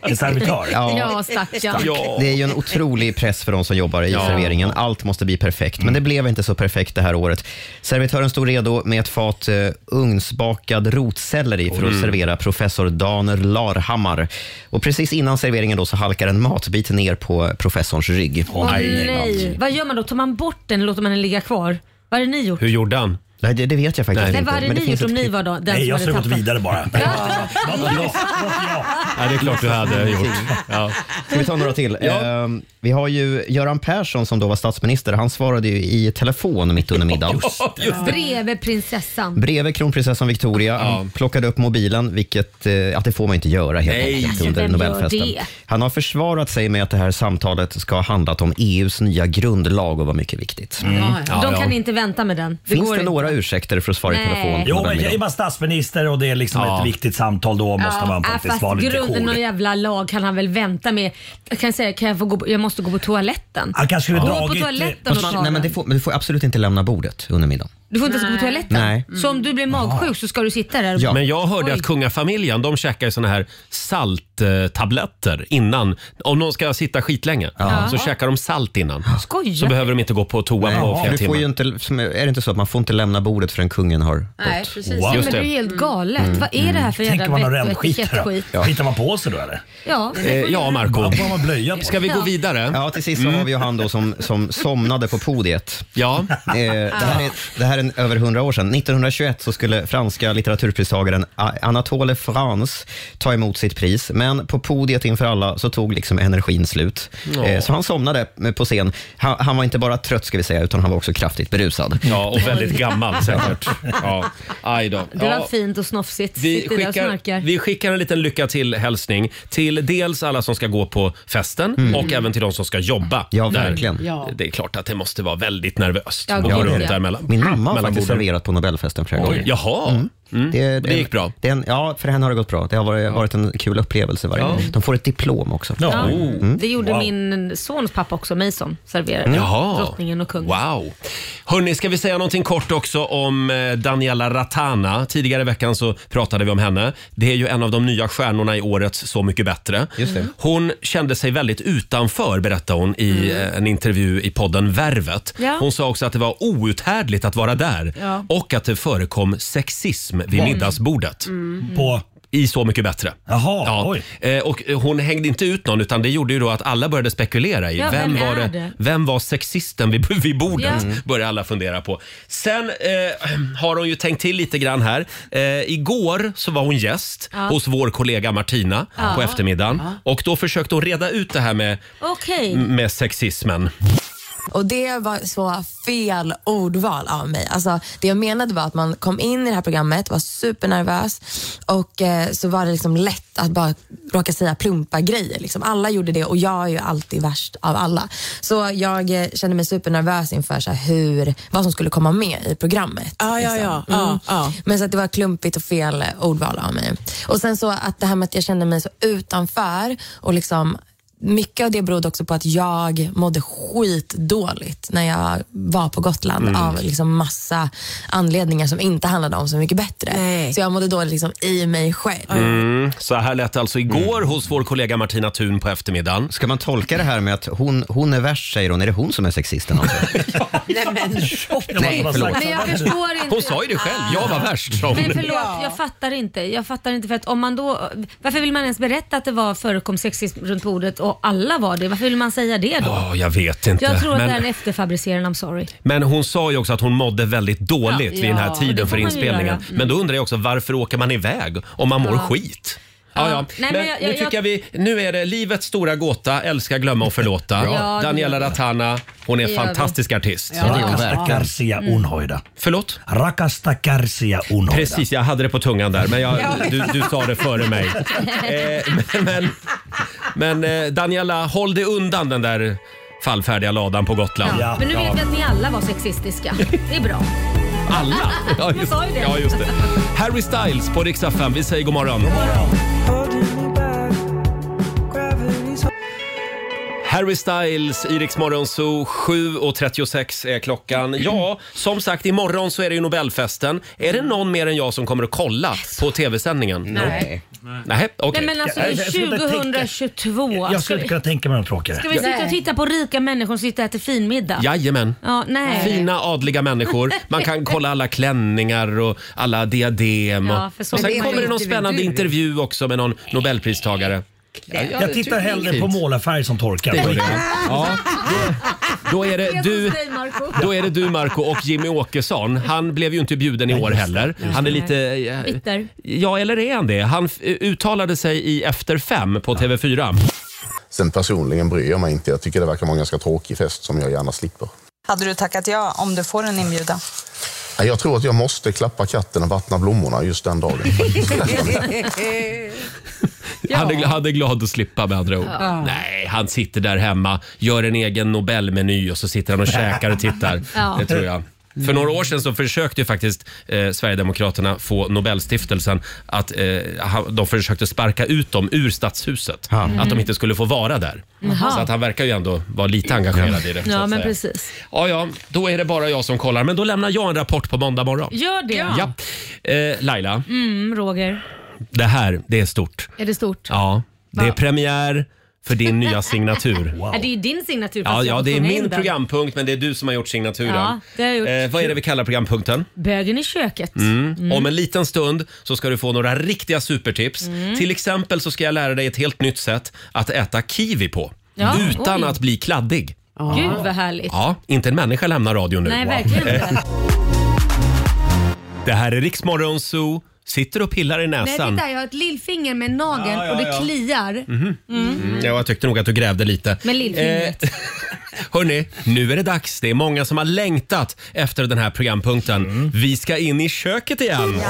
Speaker 4: En servitör.
Speaker 8: Ja.
Speaker 3: Ja, stackarn.
Speaker 8: Det är ju en otrolig press för de som jobbar i
Speaker 3: Ja.
Speaker 8: serveringen. Allt måste bli perfekt, men det blev inte så perfekt det här året. Servitören stod redo med ett fat eh, ugnsbakad rotselleri för att
Speaker 1: Oj.
Speaker 8: servera professor Daner Larhammar. Och precis innan serveringen då så halkar en matbit ner på professorns rygg.
Speaker 3: Åh, nej. Vad gör man då? Tar man bort den eller låter man den ligga kvar? Vad hade ni gjort?
Speaker 1: Hur gjorde han?
Speaker 8: Nej, det, det vet jag faktiskt
Speaker 3: Nej,
Speaker 8: inte.
Speaker 3: vad hade
Speaker 8: men det
Speaker 3: ni
Speaker 8: finns
Speaker 3: gjort
Speaker 8: ett
Speaker 3: om ni
Speaker 8: klipp.
Speaker 3: var då den som hade tappat?
Speaker 4: bara.
Speaker 1: Ja, det är klart du hade
Speaker 8: Mm.
Speaker 1: gjort. Ja.
Speaker 8: Ska vi ta några till?
Speaker 1: Ja.
Speaker 8: Ehm, vi har ju Göran Persson som då var statsminister. Han svarade ju i telefon mitt
Speaker 3: [laughs]
Speaker 8: under middagen.
Speaker 3: Bredvid prinsessan.
Speaker 8: Bredvid kronprinsessan Victoria. Han plockade upp mobilen, vilket eh, att det får man inte göra helt
Speaker 3: Nej.
Speaker 8: enkelt
Speaker 3: Alltså,
Speaker 8: under
Speaker 3: vem gör
Speaker 8: Nobelfesten.
Speaker 3: det?
Speaker 8: Han har försvarat sig med att det här samtalet ska ha handlat om EUs nya grundlag och var mycket viktigt.
Speaker 3: Mm. De kan inte vänta med den. Det
Speaker 8: Finns
Speaker 3: går
Speaker 8: det
Speaker 3: inte.
Speaker 8: några ursäkter för att svara i
Speaker 3: Nej.
Speaker 8: telefon?
Speaker 4: Jo, men jag är bara statsminister och det är liksom
Speaker 8: Ja.
Speaker 4: ett viktigt samtal. Då måste man faktiskt vara lite
Speaker 3: äh, grunden, någon
Speaker 4: cool.
Speaker 3: jävla lag kan han väl vänta med. Jag kan säga, kan jag, få gå, på- jag måste gå på toaletten.
Speaker 8: Han kanske skulle
Speaker 3: gå på
Speaker 8: dragit-
Speaker 3: toaletten och
Speaker 8: Fast
Speaker 3: ta
Speaker 8: man, nej,
Speaker 3: den.
Speaker 8: men, det får, men du får absolut inte lämna bordet under middagen.
Speaker 3: Du får inte ens gå på toaletten?
Speaker 8: Nej.
Speaker 3: Så om du blir magsjuk så ska du sitta där? och-
Speaker 1: Men jag hörde
Speaker 3: Oj.
Speaker 1: att kungafamiljen de käkar ju såna här salttabletter innan. Om någon ska sitta skitlänge
Speaker 8: Ja.
Speaker 1: så käkar de salt innan.
Speaker 3: Skojar.
Speaker 1: Så behöver de inte gå på toa på
Speaker 8: Nej,
Speaker 1: flera
Speaker 8: du får ju
Speaker 1: timmar.
Speaker 8: inte, som- är det inte så att man får inte lämna bordet förrän kungen har
Speaker 3: Nej, precis.
Speaker 8: Wow.
Speaker 3: Ja, men
Speaker 8: Just
Speaker 3: det är
Speaker 8: det.
Speaker 3: ju helt galet.
Speaker 8: Mm.
Speaker 3: Vad är det här för jävla
Speaker 4: Tänker man har
Speaker 3: vett-
Speaker 4: rännskit här då?
Speaker 3: etikettskit?
Speaker 4: Skitar man på sig då eller?
Speaker 3: Ja.
Speaker 1: Eh, ja, Marco.
Speaker 4: Vad har man blöja på? Mm.
Speaker 1: Ska vi gå
Speaker 3: Ja.
Speaker 1: vidare?
Speaker 8: Ja, till sist så har vi ju han då som, som somnade på podiet.
Speaker 1: Ja.
Speaker 8: Eh, det, här är, det här är över 100 år sedan. 1921 så skulle franska litteraturpristagaren A- Anatole France ta emot sitt pris, men på podiet inför alla så tog liksom energin slut.
Speaker 1: Ja.
Speaker 8: Eh, så han somnade på scen. Han, han var inte bara trött ska vi säga, utan han var också kraftigt berusad.
Speaker 1: Ja, och väldigt gammal säkert. Ja. Aj då.
Speaker 3: Det var
Speaker 1: Ja.
Speaker 3: fint och snofsigt.
Speaker 1: Vi
Speaker 3: Sitter där och
Speaker 1: skickar,
Speaker 3: snarkar.
Speaker 1: vi skickar en liten lycka till-hälsning till dels alla som ska gå på festen
Speaker 8: Mm.
Speaker 1: och även till de som ska jobba.
Speaker 8: Ja,
Speaker 1: där.
Speaker 8: verkligen.
Speaker 7: Ja.
Speaker 1: Det är klart att det måste vara väldigt nervöst
Speaker 7: Ja,
Speaker 1: att
Speaker 7: gud,
Speaker 1: gå runt
Speaker 7: ja.
Speaker 1: där mellan
Speaker 8: Min mamma har
Speaker 1: mellan
Speaker 8: faktiskt
Speaker 1: borden.
Speaker 8: serverat på Nobelfesten flera
Speaker 1: Oj.
Speaker 8: gånger. Mm.
Speaker 1: Jaha. Mm.
Speaker 8: Det,
Speaker 1: Det gick
Speaker 8: bra. Det är en, ja, för henne har det gått bra. Det har varit, varit en kul upplevelse varje gång. De får ett diplom också.
Speaker 3: Ja.
Speaker 1: Oh.
Speaker 8: Mm.
Speaker 3: Det gjorde min sons pappa också, Mason serverade.
Speaker 8: Mm. Jaha.
Speaker 3: Drottningen och kungen.
Speaker 1: Wow! Hörni, ska vi säga någonting kort också om eh, Daniela Ratana? Tidigare i veckan så pratade vi om henne. Det är ju en av de nya stjärnorna i årets Så mycket bättre.
Speaker 8: Just det.
Speaker 1: Hon kände sig väldigt utanför, berättade hon i eh, en intervju i podden Värvet.
Speaker 7: Ja.
Speaker 1: Hon sa också att det var outhärdligt att vara där
Speaker 7: Ja.
Speaker 1: och att det förekom sexism vid
Speaker 7: Oj.
Speaker 1: middagsbordet.
Speaker 3: Mm.
Speaker 1: På? I Så mycket bättre. Jaha, Och eh, hon hängde inte ut någon utan det gjorde ju då att alla började spekulera i
Speaker 2: Ja,
Speaker 1: vem,
Speaker 2: vem
Speaker 1: var
Speaker 2: är
Speaker 1: det,
Speaker 2: det?
Speaker 1: vem var sexisten vid, vid bordet?
Speaker 2: Ja.
Speaker 1: Börjar alla fundera på. Sen eh, har hon ju tänkt till lite grann här. Eh, igår så var hon gäst
Speaker 3: Ja.
Speaker 1: hos vår kollega Martina
Speaker 3: Ja.
Speaker 1: på eftermiddagen.
Speaker 3: Ja.
Speaker 1: Och då försökte hon reda ut det här med,
Speaker 3: Okej.
Speaker 1: med sexismen.
Speaker 11: Mm. Och det var så fel ordval av mig. Alltså, det jag menade var att man kom in i det här programmet, var supernervös och eh, så var det liksom lätt att bara råka säga plumpa grejer. Liksom. Alla gjorde det och jag är ju alltid värst av alla. Så jag eh, kände mig supernervös inför så här, hur, vad som skulle komma med i programmet.
Speaker 7: Ja, Ah, ja, ja. Ah, Ja, ja.
Speaker 11: Men så att det var klumpigt och fel eh, ordval av mig. Och sen så att det här med att jag kände mig så utanför och liksom mycket av det berodde också på att jag mådde skitdåligt när jag var på Gotland
Speaker 7: Mm.
Speaker 11: av liksom massa anledningar som inte handlade om Så mycket bättre. Så jag mådde dåligt liksom i mig själv.
Speaker 1: Mm. Så här lät det alltså igår hos vår kollega Martina Thun på eftermiddagen.
Speaker 8: Ska man tolka det här med att hon, hon är värst, säger hon. Är det hon som är
Speaker 1: [laughs]
Speaker 8: sexisten? Alltså?
Speaker 7: Nej, men,
Speaker 8: Nej, förlåt.
Speaker 3: Men jag
Speaker 8: [laughs]
Speaker 3: förstår inte.
Speaker 8: Hon sa ju det själv.
Speaker 1: Jag var värst, sa hon.
Speaker 3: Men förlåt, jag fattar inte. Jag fattar inte för att om man då, varför vill man ens berätta att det var förekom sexism runt bordet och alla var det? Varför vill man säga det då?
Speaker 1: Ja, jag vet inte.
Speaker 3: Mm. jag tror att
Speaker 1: men...
Speaker 3: det är en efterfabricerad, I'm sorry.
Speaker 1: Men hon sa ju också att hon mådde väldigt dåligt
Speaker 3: Ja.
Speaker 1: vid den här
Speaker 3: Ja, det
Speaker 1: tiden
Speaker 3: får
Speaker 1: för
Speaker 3: man ju
Speaker 1: inspelningen.
Speaker 3: göra. Mm.
Speaker 1: Men då undrar jag också varför åker man iväg om man mår
Speaker 3: Ja.
Speaker 1: skit? Ja, ja.
Speaker 3: Nej, men
Speaker 1: men
Speaker 3: jag-
Speaker 1: nu
Speaker 3: jag-
Speaker 1: tycker jag vi, nu är det livets stora gåta, älska, glömma och förlåta.
Speaker 4: Ja. Ja, det
Speaker 1: Daniela
Speaker 4: gör vi.
Speaker 1: Ratana, hon är
Speaker 4: Det
Speaker 1: en
Speaker 4: gör vi.
Speaker 1: fantastisk artist.
Speaker 4: Ja. Rakastakarsia
Speaker 3: Mm.
Speaker 4: unhoida.
Speaker 1: Förlåt?
Speaker 4: Rakastakarsia unhoida.
Speaker 1: Precis, jag hade det på tungan där, men jag,
Speaker 4: Ja.
Speaker 1: du, du sa det före
Speaker 3: [laughs]
Speaker 1: mig. Eh, men men, men eh, Daniela, håll dig undan den där fallfärdiga ladan på Gotland.
Speaker 3: Men nu
Speaker 1: Ja.
Speaker 3: vet vi att ni alla var sexistiska. Det är bra.
Speaker 1: [laughs] Alla? Ja,
Speaker 3: Jag
Speaker 1: just,
Speaker 3: sa ju det.
Speaker 1: ja, just det. Harry Styles på Rix FM. Vi säger god morgon. Harry Styles i Rix Morgon Zoo. 7.36 är klockan. Ja, som sagt, imorgon så är det ju Nobelfesten. Är det någon mer än jag som kommer att kolla på tv-sändningen?
Speaker 3: Nej.
Speaker 1: Nej, okej.
Speaker 3: Nej men alltså
Speaker 4: Jag- jag skulle inte tänka-
Speaker 3: 2022.
Speaker 4: Jag
Speaker 3: ska,
Speaker 4: skulle inte
Speaker 3: vi,
Speaker 4: kunna tänka mig något tråkigare.
Speaker 3: ska vi sitta och titta på rika människor som sitter och äter finmiddag?
Speaker 1: Jajamän.
Speaker 3: Ja, nej.
Speaker 1: Fina adliga människor. Man
Speaker 3: [laughs]
Speaker 1: kan kolla alla klänningar och alla diadem.
Speaker 3: Ja,
Speaker 1: och,
Speaker 3: för
Speaker 1: och
Speaker 3: så
Speaker 1: sen
Speaker 3: mycket
Speaker 1: kommer det någon
Speaker 3: intervju-
Speaker 1: spännande intervju också med någon nobelpristagare. Ja, ja, det
Speaker 4: jag
Speaker 1: tycker
Speaker 4: tittar
Speaker 1: jag är
Speaker 4: hellre
Speaker 1: fint.
Speaker 4: på målarfärg som torkar.
Speaker 1: Det gör det. Ja, Då är det du, då är det du Marco och Jimmy Åkesson. Han blev ju inte bjuden i år heller. Han är lite... eh,
Speaker 3: Bitter.
Speaker 1: Ja, eller är han det? Han f- uttalade sig i Efter fem på TV4.
Speaker 12: Sen personligen bryr jag mig inte. Jag tycker det verkar vara en ganska tråkig fest som jag gärna slipper.
Speaker 13: Hade du tackat ja om du får en
Speaker 2: [laughs]
Speaker 13: inbjudan?
Speaker 12: Nej, Jag tror att jag måste klappa katten och vattna blommorna just den dagen.
Speaker 1: Han är, gl- han är glad att slippa med andra ord.
Speaker 2: Ja.
Speaker 1: Nej, han sitter där hemma, gör en egen Nobelmeny och så sitter han och käkar och
Speaker 3: [laughs]
Speaker 1: tittar.
Speaker 2: Ja.
Speaker 1: Det tror jag. För några år sedan så försökte ju faktiskt eh, Sverigedemokraterna få Nobelstiftelsen att eh, ha- de försökte sparka ut dem ur stadshuset. Att de inte skulle få vara där.
Speaker 3: Jaha.
Speaker 1: Så att han verkar ju ändå vara lite engagerad i det. så
Speaker 3: Ja
Speaker 1: att
Speaker 3: men
Speaker 1: säga.
Speaker 3: precis.
Speaker 1: Ja, ja, då är det bara jag som kollar. Men då lämnar jag en rapport på måndag morgon.
Speaker 3: Gör det.
Speaker 1: Ja. Eh, Laila,
Speaker 3: Mm, Roger.
Speaker 1: det här, det är stort.
Speaker 3: Är det stort?
Speaker 1: Ja, det är
Speaker 3: Va?
Speaker 1: premiär för din
Speaker 3: [laughs]
Speaker 1: nya signatur.
Speaker 3: Ja, det är ju din signatur.
Speaker 1: Ja,
Speaker 3: fast jag
Speaker 1: ja,
Speaker 3: får
Speaker 1: det är
Speaker 3: sjunga in
Speaker 1: min
Speaker 3: den.
Speaker 1: programpunkt men det är du som har gjort signaturen.
Speaker 3: Ja, det har jag gjort.
Speaker 1: Eh, vad är det vi kallar programpunkten?
Speaker 3: Bögen i köket.
Speaker 1: Mm.
Speaker 3: Mm.
Speaker 1: Om en liten stund så ska du få några riktiga supertips.
Speaker 3: Mm.
Speaker 1: Till exempel så ska jag lära dig ett helt nytt sätt att äta kiwi på.
Speaker 3: Ja,
Speaker 1: Utan
Speaker 3: oj.
Speaker 1: att bli kladdig.
Speaker 3: Gud vad härligt.
Speaker 1: Ja, inte en människa lämnar radion nu.
Speaker 3: Nej, verkligen inte.
Speaker 1: [laughs] Det här är Riksmorgon Zoo. Sitter och pillar i
Speaker 3: Nej,
Speaker 1: näsan.
Speaker 3: titta jag har ett lillfinger med nageln
Speaker 1: Ja, ja,
Speaker 3: och det
Speaker 1: ja.
Speaker 3: kliar.
Speaker 1: Mhm.
Speaker 3: Mm.
Speaker 1: Mm, ja, jag tyckte nog att du grävde lite.
Speaker 3: Med lillfingret.
Speaker 1: Eh, [laughs] hörni, nu är det dags. Det är många som har längtat efter den här programpunkten. Vi ska in i köket igen.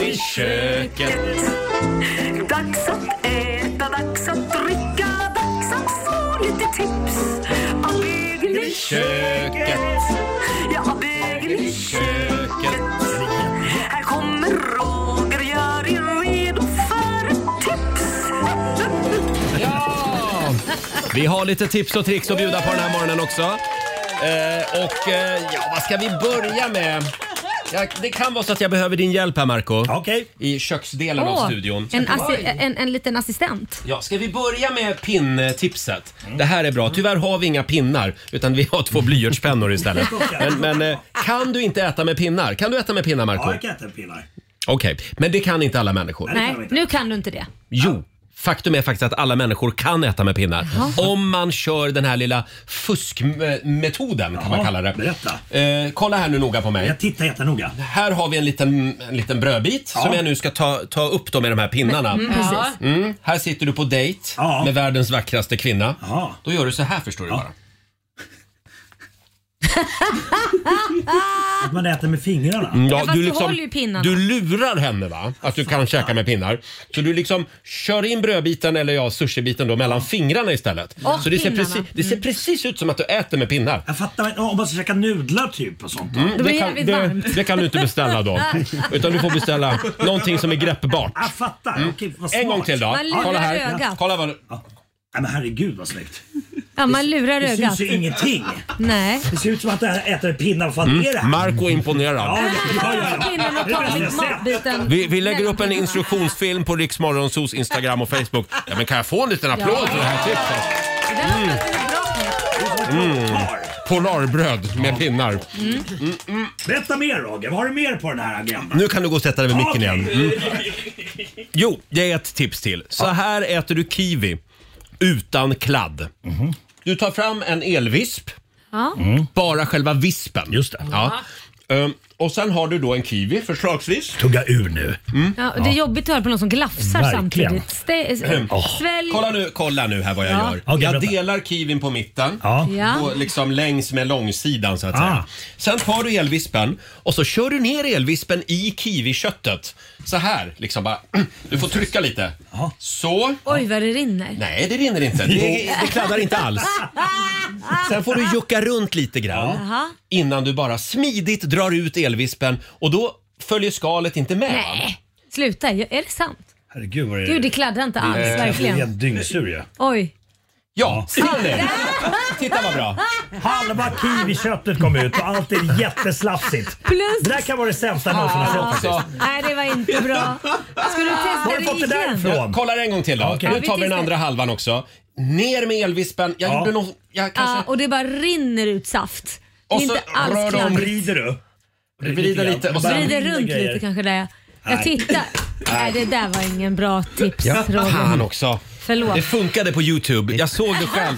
Speaker 1: I köket.
Speaker 2: Dags att äta, dags att dricka, dags att få lite tips av bögen i köket. Ja, bögen i köket. Här kommer Roger, gör er redo för ett tips.
Speaker 1: Ja, Vi har lite tips och tricks att bjuda på den här morgonen också. Eh, och eh, ja, vad ska vi börja med? Jag, det kan vara så att jag behöver din hjälp här Marco.
Speaker 4: Okej.
Speaker 1: I köksdelen
Speaker 3: Åh,
Speaker 1: av studion.
Speaker 3: En, assi- en, en liten assistent.
Speaker 1: Ja, ska vi börja med pinntipset? Det här är bra. Tyvärr har vi inga pinnar utan vi har två blyertspennor istället. Men, men eh, kan du inte äta med pinnar? Kan du äta med pinnar Marco?
Speaker 4: Ja, jag kan äta pinnar.
Speaker 1: Okej, men det kan inte alla människor.
Speaker 3: Nej, nu kan du inte det.
Speaker 1: Jo, faktum är faktiskt att alla människor kan äta med pinnar. Om man kör den här lilla fuskmetoden kan man
Speaker 4: Jaha,
Speaker 1: kalla det. Eh, kolla här nu noga på mig.
Speaker 4: Jag tittar jättenoga.
Speaker 1: Här har vi en liten, en liten brödbit
Speaker 4: Ja.
Speaker 1: som jag nu ska ta, ta upp då med de här pinnarna.
Speaker 4: Mm, precis.
Speaker 1: Mm, här sitter du på dejt med världens vackraste kvinna. Då gör du så här förstår du bara.
Speaker 4: Att man äter med fingrarna.
Speaker 1: Mm,
Speaker 3: Ja, fast du håller ju pinnarna.
Speaker 1: du lurar henne va? Att du kan käka med pinnar. Så du liksom kör in brödbiten eller ja, sushibiten då mellan fingrarna istället.
Speaker 4: Och
Speaker 1: så det ser,
Speaker 4: pinnarna.
Speaker 1: precis, det ser precis ut som att du äter med pinnar.
Speaker 4: Mm. Jag fattar inte. Om man ska käka nudlar typ och sånt.
Speaker 1: Mm, det, kan, det, det kan du inte beställa
Speaker 3: [laughs]
Speaker 1: då. Utan du får beställa någonting som är greppbart. Mm.
Speaker 4: Jag fattar. Okej, vad
Speaker 1: En gång
Speaker 4: smart.
Speaker 1: till då.
Speaker 3: Man lurar
Speaker 1: Kolla här.
Speaker 3: ögat.
Speaker 1: Kolla vad...
Speaker 4: Nej, men herregud vad snyggt.
Speaker 3: Ja, man lurar
Speaker 4: Det
Speaker 3: ögat.
Speaker 4: syns ju ingenting.
Speaker 3: Nej.
Speaker 4: Det ser ut som att jag äter pinnar. Vad fan
Speaker 1: Mm.
Speaker 4: är det här?
Speaker 1: Marco är imponerad.
Speaker 4: Ja, ja, ja, ja.
Speaker 3: Pinnen och
Speaker 4: Det är det bästa jag
Speaker 3: tagit
Speaker 4: sett.
Speaker 3: matbiten.
Speaker 1: Vi, vi lägger upp en instruktionsfilm på Rix Morgonzos Instagram och Facebook. Ja, men kan jag få en liten applåd för det här tipset? Mm. Polarbröd med pinnar.
Speaker 4: Mm. Berätta mer Roger, vad har du mer på den här agendan?
Speaker 1: Nu kan du gå och sätta dig vid micken igen.
Speaker 4: Okej.
Speaker 1: Mm. Jo, jag ger ett tips till. Så här äter du kiwi utan kladd.
Speaker 4: Mhm.
Speaker 1: Du tar fram en elvisp.
Speaker 3: Ja.
Speaker 4: Mm.
Speaker 1: Bara själva vispen. Just det. Mm. Ja. Ehm, och sen har du då en kiwi förslagsvis. Mm.
Speaker 4: Tugga ur nu.
Speaker 3: Ja, det är jobbigt att höra på någon som glafsar
Speaker 1: Verkligen.
Speaker 3: samtidigt. Stä-
Speaker 1: Åh.
Speaker 3: Svälj.
Speaker 1: Ehm, Kolla nu, kolla nu här vad jag
Speaker 3: Ja.
Speaker 1: gör.
Speaker 3: Okej,
Speaker 1: jag
Speaker 3: berätta.
Speaker 1: delar kiwin på mitten
Speaker 3: Ja.
Speaker 1: och liksom längs med långsidan så att säga.
Speaker 4: Ah.
Speaker 1: Sen tar du elvispen och så kör du ner elvispen i kiwiköttet. Så här liksom bara. [clears throat] Du får trycka lite. Så.
Speaker 3: Oj vad det rinner.
Speaker 1: Nej, det rinner inte. Det, det kladdar inte alls.
Speaker 3: [laughs]
Speaker 1: Sen får du jucka runt lite grann
Speaker 3: Jaha.
Speaker 1: innan du bara smidigt drar ut elvispen och då följer skalet inte med. va?
Speaker 3: Nej, sluta. Ja, Är det sant?
Speaker 4: Herregud vad
Speaker 3: Gud, det kladdar inte alls.
Speaker 1: Eh,
Speaker 3: Verkligen.
Speaker 4: helt dyngsur ju.
Speaker 3: Oj.
Speaker 1: Ja, ser ni? Titta vad bra.
Speaker 4: Halva kiwiköttet kom ut och allt är jätteslafsigt.
Speaker 3: Plus-
Speaker 4: Det där kan vara det sämsta jag någonsin har fått
Speaker 1: Alltså.
Speaker 4: faktiskt.
Speaker 3: [laughs] Nej, det var inte bra. Ska du testa
Speaker 4: Var har du fått det där
Speaker 3: igen?
Speaker 4: ifrån?
Speaker 1: Jag kollar en gång till då.
Speaker 4: Ja, okej.
Speaker 1: Nu
Speaker 3: Ja, vi
Speaker 1: tar vi den
Speaker 3: testar.
Speaker 1: andra halvan också. Ner med elvispen. Jag
Speaker 4: Ja.
Speaker 1: gjorde nog... Jag kanske...
Speaker 3: Ja, och det bara rinner ut saft. Det är
Speaker 1: Och så
Speaker 3: inte alls
Speaker 1: rör du om
Speaker 3: kladdigt.
Speaker 4: Vrider du?
Speaker 1: Vrider lite och sen...
Speaker 3: Vrider runt lite kanske där. Jag
Speaker 1: Nej.
Speaker 3: tittar. Nej, det där var ingen bra tips
Speaker 1: Ja, fan
Speaker 3: Roger.
Speaker 1: också.
Speaker 3: Förlåt.
Speaker 1: Det funkade på Youtube. Jag såg det
Speaker 3: [laughs]
Speaker 1: själv.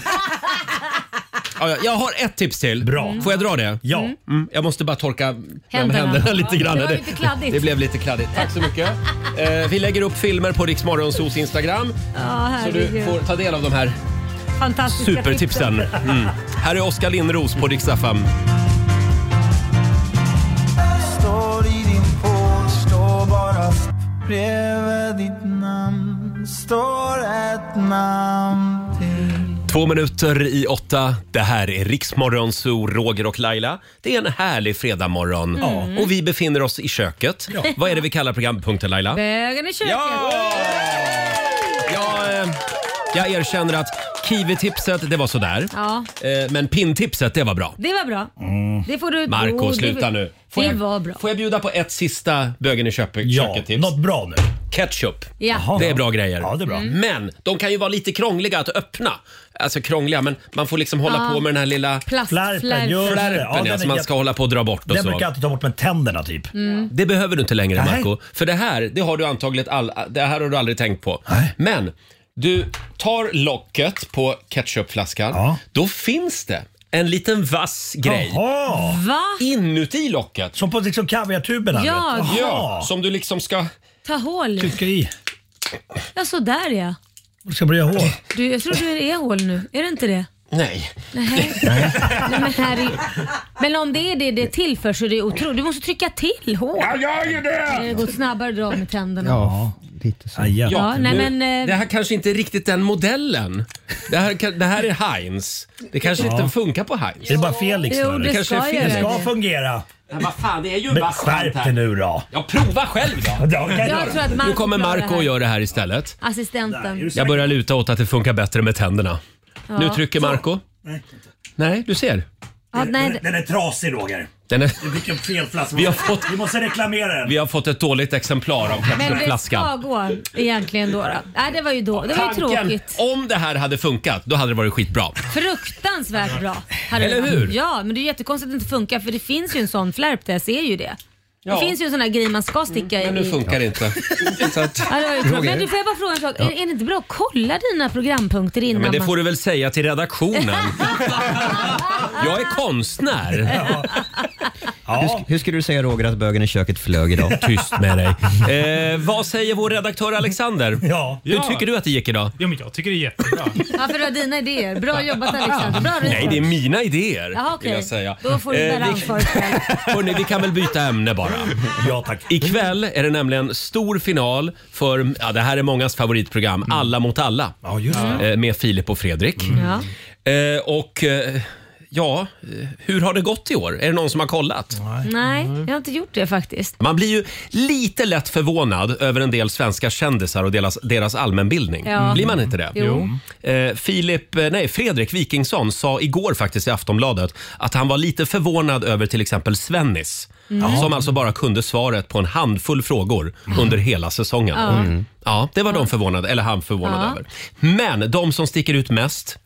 Speaker 1: Ja, ja, Jag har ett tips till. Bra. Får jag dra det? Ja. Mm, jag måste bara torka händerna,
Speaker 3: Händerna.
Speaker 1: händerna [laughs] lite
Speaker 3: Ja,
Speaker 1: grann.
Speaker 3: det var lite kladdigt.
Speaker 1: det blev lite kladdigt. Tack så
Speaker 3: [laughs]
Speaker 1: mycket. Eh, vi lägger upp filmer på Rix Morgonzos Instagram.
Speaker 3: Ja,
Speaker 1: så du
Speaker 3: herregud.
Speaker 1: får ta del av de här
Speaker 3: Fantastiska
Speaker 1: supertipsen.
Speaker 3: tipsen.
Speaker 1: Mm. Här är Oskar Lindros på Rix FM.
Speaker 2: Står i din port, står bara bredvid ditt namn. Står ett namn till.
Speaker 1: Två minuter i åtta. Det här är Riksmorgon, Zoo, Roger och Laila. Det är en härlig fredagmorgon.
Speaker 3: Mm.
Speaker 1: Och vi befinner oss i köket.
Speaker 3: Ja.
Speaker 1: Vad är det vi kallar programpunkten Laila?
Speaker 3: Bögen i köket.
Speaker 1: Jag, eh, jag erkänner att kiwi-tipset, det var sådär.
Speaker 3: Ja, Mm.
Speaker 1: Eh, Men pinntipset, det var bra.
Speaker 3: det var bra. Det får du...
Speaker 1: Mm. Marco,
Speaker 3: Jo, det-
Speaker 1: sluta nu. Får
Speaker 3: Det
Speaker 1: jag-
Speaker 3: var bra.
Speaker 1: Får jag bjuda på ett sista bögen i köpet, köket-tips? Något
Speaker 4: bra nu.
Speaker 1: Ketchup.
Speaker 3: Ja. Jaha.
Speaker 1: Det är bra grejer.
Speaker 4: Ja, det är bra. Mm.
Speaker 1: Men de kan ju vara lite krångliga att öppna. Alltså krångliga, men man får liksom hålla
Speaker 4: Ja.
Speaker 1: på med den här lilla
Speaker 4: Flärpen, flärpen. just det. Ja,
Speaker 1: flärpen
Speaker 4: den
Speaker 1: ja,
Speaker 4: är
Speaker 1: som man
Speaker 4: jätte-
Speaker 1: ska hålla på och dra bort och
Speaker 4: Den
Speaker 1: så.
Speaker 4: brukar jag alltid ta bort med tänderna typ.
Speaker 1: Det behöver du inte längre
Speaker 4: Nej.
Speaker 1: Marco. För det här, det har du antagligen all, det här har du aldrig tänkt på. Men du tar locket på ketchupflaskan. Då finns det en liten vass grej.
Speaker 3: Va?
Speaker 1: Inuti locket.
Speaker 4: Som på liksom kaviartuberna?
Speaker 3: Ja,
Speaker 1: vet du.
Speaker 3: gud.
Speaker 1: ja, som du liksom ska...
Speaker 3: Ta hål i.
Speaker 4: i.
Speaker 3: Ja, sådär ja.
Speaker 4: Det ska bli hår.
Speaker 3: Du, jag tror du är hål nu. Är det inte det?
Speaker 1: Nej.
Speaker 3: Nej. Nej, men, här är... men om det är det det tillför så är det otroligt. Du måste trycka till hårt. Ja,
Speaker 1: jag gör det!
Speaker 3: Det går snabbare att dra med tänderna.
Speaker 1: lite så.
Speaker 3: Ja, nej, men, eh,
Speaker 1: det här kanske inte är riktigt den modellen. Det här, kan- det här är Heinz. Det kanske
Speaker 4: Ja.
Speaker 1: inte funkar på Heinz.
Speaker 4: Är det bara Felix
Speaker 1: Jo,
Speaker 4: nu? eller?
Speaker 1: det
Speaker 4: kanske är
Speaker 1: ska
Speaker 4: Felix.
Speaker 1: göra
Speaker 4: ska
Speaker 1: det.
Speaker 4: fungera.
Speaker 1: Men vad fan, det är ju en
Speaker 4: Men
Speaker 1: vass kant
Speaker 4: skärp
Speaker 1: här.
Speaker 4: dig nu då.
Speaker 1: Ja, prova själv då.
Speaker 3: Jag göra. tror att Marco
Speaker 1: nu kommer
Speaker 3: klarar det
Speaker 1: Marco
Speaker 3: här.
Speaker 1: och gör det här istället.
Speaker 3: Assistenten.
Speaker 1: Jag börjar luta åt att det funkar bättre med tänderna.
Speaker 3: Ja.
Speaker 1: Nu trycker Marco
Speaker 4: Nej.
Speaker 1: Nej, du ser.
Speaker 3: Ja, nej, det-
Speaker 4: Den är trasig Roger.
Speaker 1: Den är,
Speaker 4: Vilken fel flaska.
Speaker 1: Vi har fått-
Speaker 4: Vi måste reklamera den.
Speaker 1: vi har fått ett dåligt exemplar av
Speaker 3: Men det ska
Speaker 1: kapselflaskan.
Speaker 3: gå egentligen då. då. Nej, det var ju då. Det var ju
Speaker 1: Tanken,
Speaker 3: tråkigt.
Speaker 1: om det här hade funkat, då hade det varit skitbra.
Speaker 3: Fruktansvärt bra. hade
Speaker 1: Eller
Speaker 3: det varit.
Speaker 1: hur?
Speaker 3: Ja, men det är jättekonstigt att det inte funkar för det finns ju en sån flärp där, jag ser ju det.
Speaker 1: Ja. Mm.
Speaker 3: Det finns ju en sån här grej man ska sticka i.
Speaker 1: Men nu funkar det inte. Så att,
Speaker 3: Ja, det var ju tråkigt. men du
Speaker 1: Roger.
Speaker 3: får jag bara fråga en sak.
Speaker 1: Ja.
Speaker 3: Är, är det inte bra att kolla dina programpunkter
Speaker 1: Ja,
Speaker 3: innan
Speaker 1: men det
Speaker 3: man-
Speaker 1: får du väl säga till redaktionen.
Speaker 3: [laughs]
Speaker 1: Jag är konstnär.
Speaker 8: Hur, sk- hur skulle du säga Roger att bögen i köket flög idag?
Speaker 1: Tyst
Speaker 8: [laughs]
Speaker 1: med dig. Eh, vad säger vår redaktör Alexander? Ja. Hur
Speaker 14: Ja.
Speaker 1: tycker du att det gick idag?
Speaker 14: Ja, men jag tycker det är jätte...
Speaker 3: Ja, för du har dina idéer. Bra jobbat Alexander. Bra
Speaker 1: Nej, det är mina idéer.
Speaker 3: Jaha, okej.
Speaker 1: vill jag säga.
Speaker 3: Då får du
Speaker 1: Eh,
Speaker 3: bära
Speaker 1: vi-
Speaker 3: ansvaret själv.
Speaker 1: [laughs] Hörrni, vi kan väl byta ämne bara. Ja, tack. Ikväll är det nämligen stor final för, ja det här är mångas favoritprogram, Alla mot alla. Ja,
Speaker 2: just det.
Speaker 1: Med Filip och Fredrik.
Speaker 3: Mm.
Speaker 2: Ja.
Speaker 1: Eh, och eh, ja, eh, hur har det gått i år? Är det någon som har kollat?
Speaker 3: Nej, jag har inte gjort det faktiskt.
Speaker 1: Man blir ju lite lätt förvånad över en del svenska kändisar och deras, deras allmänbildning. Mm.
Speaker 2: Ja.
Speaker 1: Blir man inte det?
Speaker 2: Jo.
Speaker 1: Eh, Filip, eh, nej, Fredrik Wikingsson sa igår faktiskt i Aftonbladet att han var lite förvånad över till exempel Svennis.
Speaker 2: Mm.
Speaker 1: Som alltså bara kunde svaret på en handfull frågor
Speaker 6: Mm.
Speaker 1: under hela säsongen.
Speaker 2: Ja. Mm.
Speaker 1: Ja, det var de förvånade, eller han förvånad
Speaker 3: Ja.
Speaker 1: över. Men de som sticker ut mest,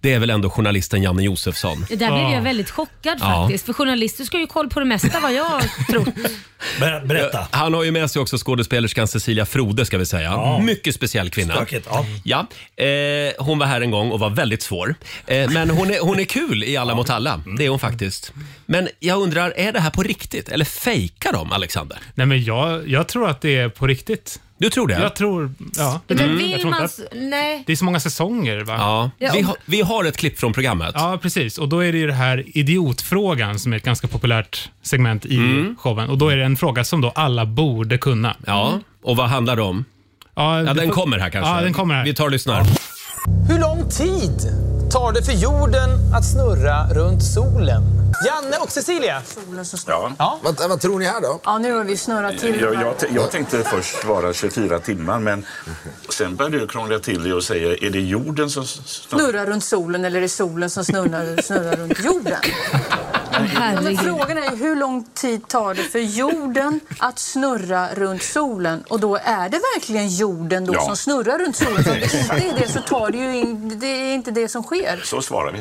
Speaker 1: det är väl ändå journalisten Janne Josefsson.
Speaker 3: Det där blev jag väldigt chockad
Speaker 1: Ja. Mm.
Speaker 3: faktiskt. För journalister ska ju koll på det mesta
Speaker 1: [laughs]
Speaker 3: vad jag tror.
Speaker 1: Berätta. Han har ju med sig också skådespelerskan Cecilia Frode ska vi säga. Mycket speciell kvinna.
Speaker 4: Stökigt, ja.
Speaker 1: Ja, eh, hon var här en gång och var väldigt svår. Eh, men hon är, hon är kul i Alla mot alla. Det är hon faktiskt. Men jag undrar, är det här på riktigt eller fejkar de, Alexander?
Speaker 14: Nej, men jag, jag tror att det är på riktigt.
Speaker 1: Du tror det?
Speaker 14: Jag tror... Ja. Mm.
Speaker 3: Men
Speaker 14: jag
Speaker 3: vill
Speaker 14: tror
Speaker 3: man...
Speaker 14: inte
Speaker 3: s-
Speaker 14: att,
Speaker 3: Nej.
Speaker 14: det är så många säsonger, va?
Speaker 3: Ja, Vi och- har-
Speaker 1: vi har ett klipp från programmet.
Speaker 14: Ja, precis. Och då är det ju det här idiotfrågan som är ett ganska populärt segment i
Speaker 1: Mm.
Speaker 14: showen. Och då är det en fråga som då alla borde kunna.
Speaker 1: Ja, och vad handlar det om?
Speaker 14: Ja,
Speaker 1: Ja,
Speaker 14: du
Speaker 1: den
Speaker 14: får-
Speaker 1: kommer här kanske.
Speaker 14: Ja, den kommer här.
Speaker 1: Vi tar och lyssnar.
Speaker 15: Hur lång tid tar det för jorden att snurra runt solen? Janne och Cecilia.
Speaker 16: Ja.
Speaker 15: Vad, tror ni här då?
Speaker 17: Ja, nu har vi snurrat till.
Speaker 16: Jag, jag, t- jag tänkte först svara 24 timmar, men sen började du krångla till det och säga, är det jorden som... s- s-
Speaker 17: Snurrar runt solen eller är det solen som snurrar, snurrar runt
Speaker 3: [laughs]
Speaker 17: jorden? Ja, Men frågan är ju hur lång tid tar det för jorden att snurra runt solen? Och då är det verkligen jorden då
Speaker 16: Ja.
Speaker 17: som snurrar runt solen. För
Speaker 16: [laughs]
Speaker 17: Om det inte är det så tar det ju in, det är inte det som sker.
Speaker 16: Så svarar vi.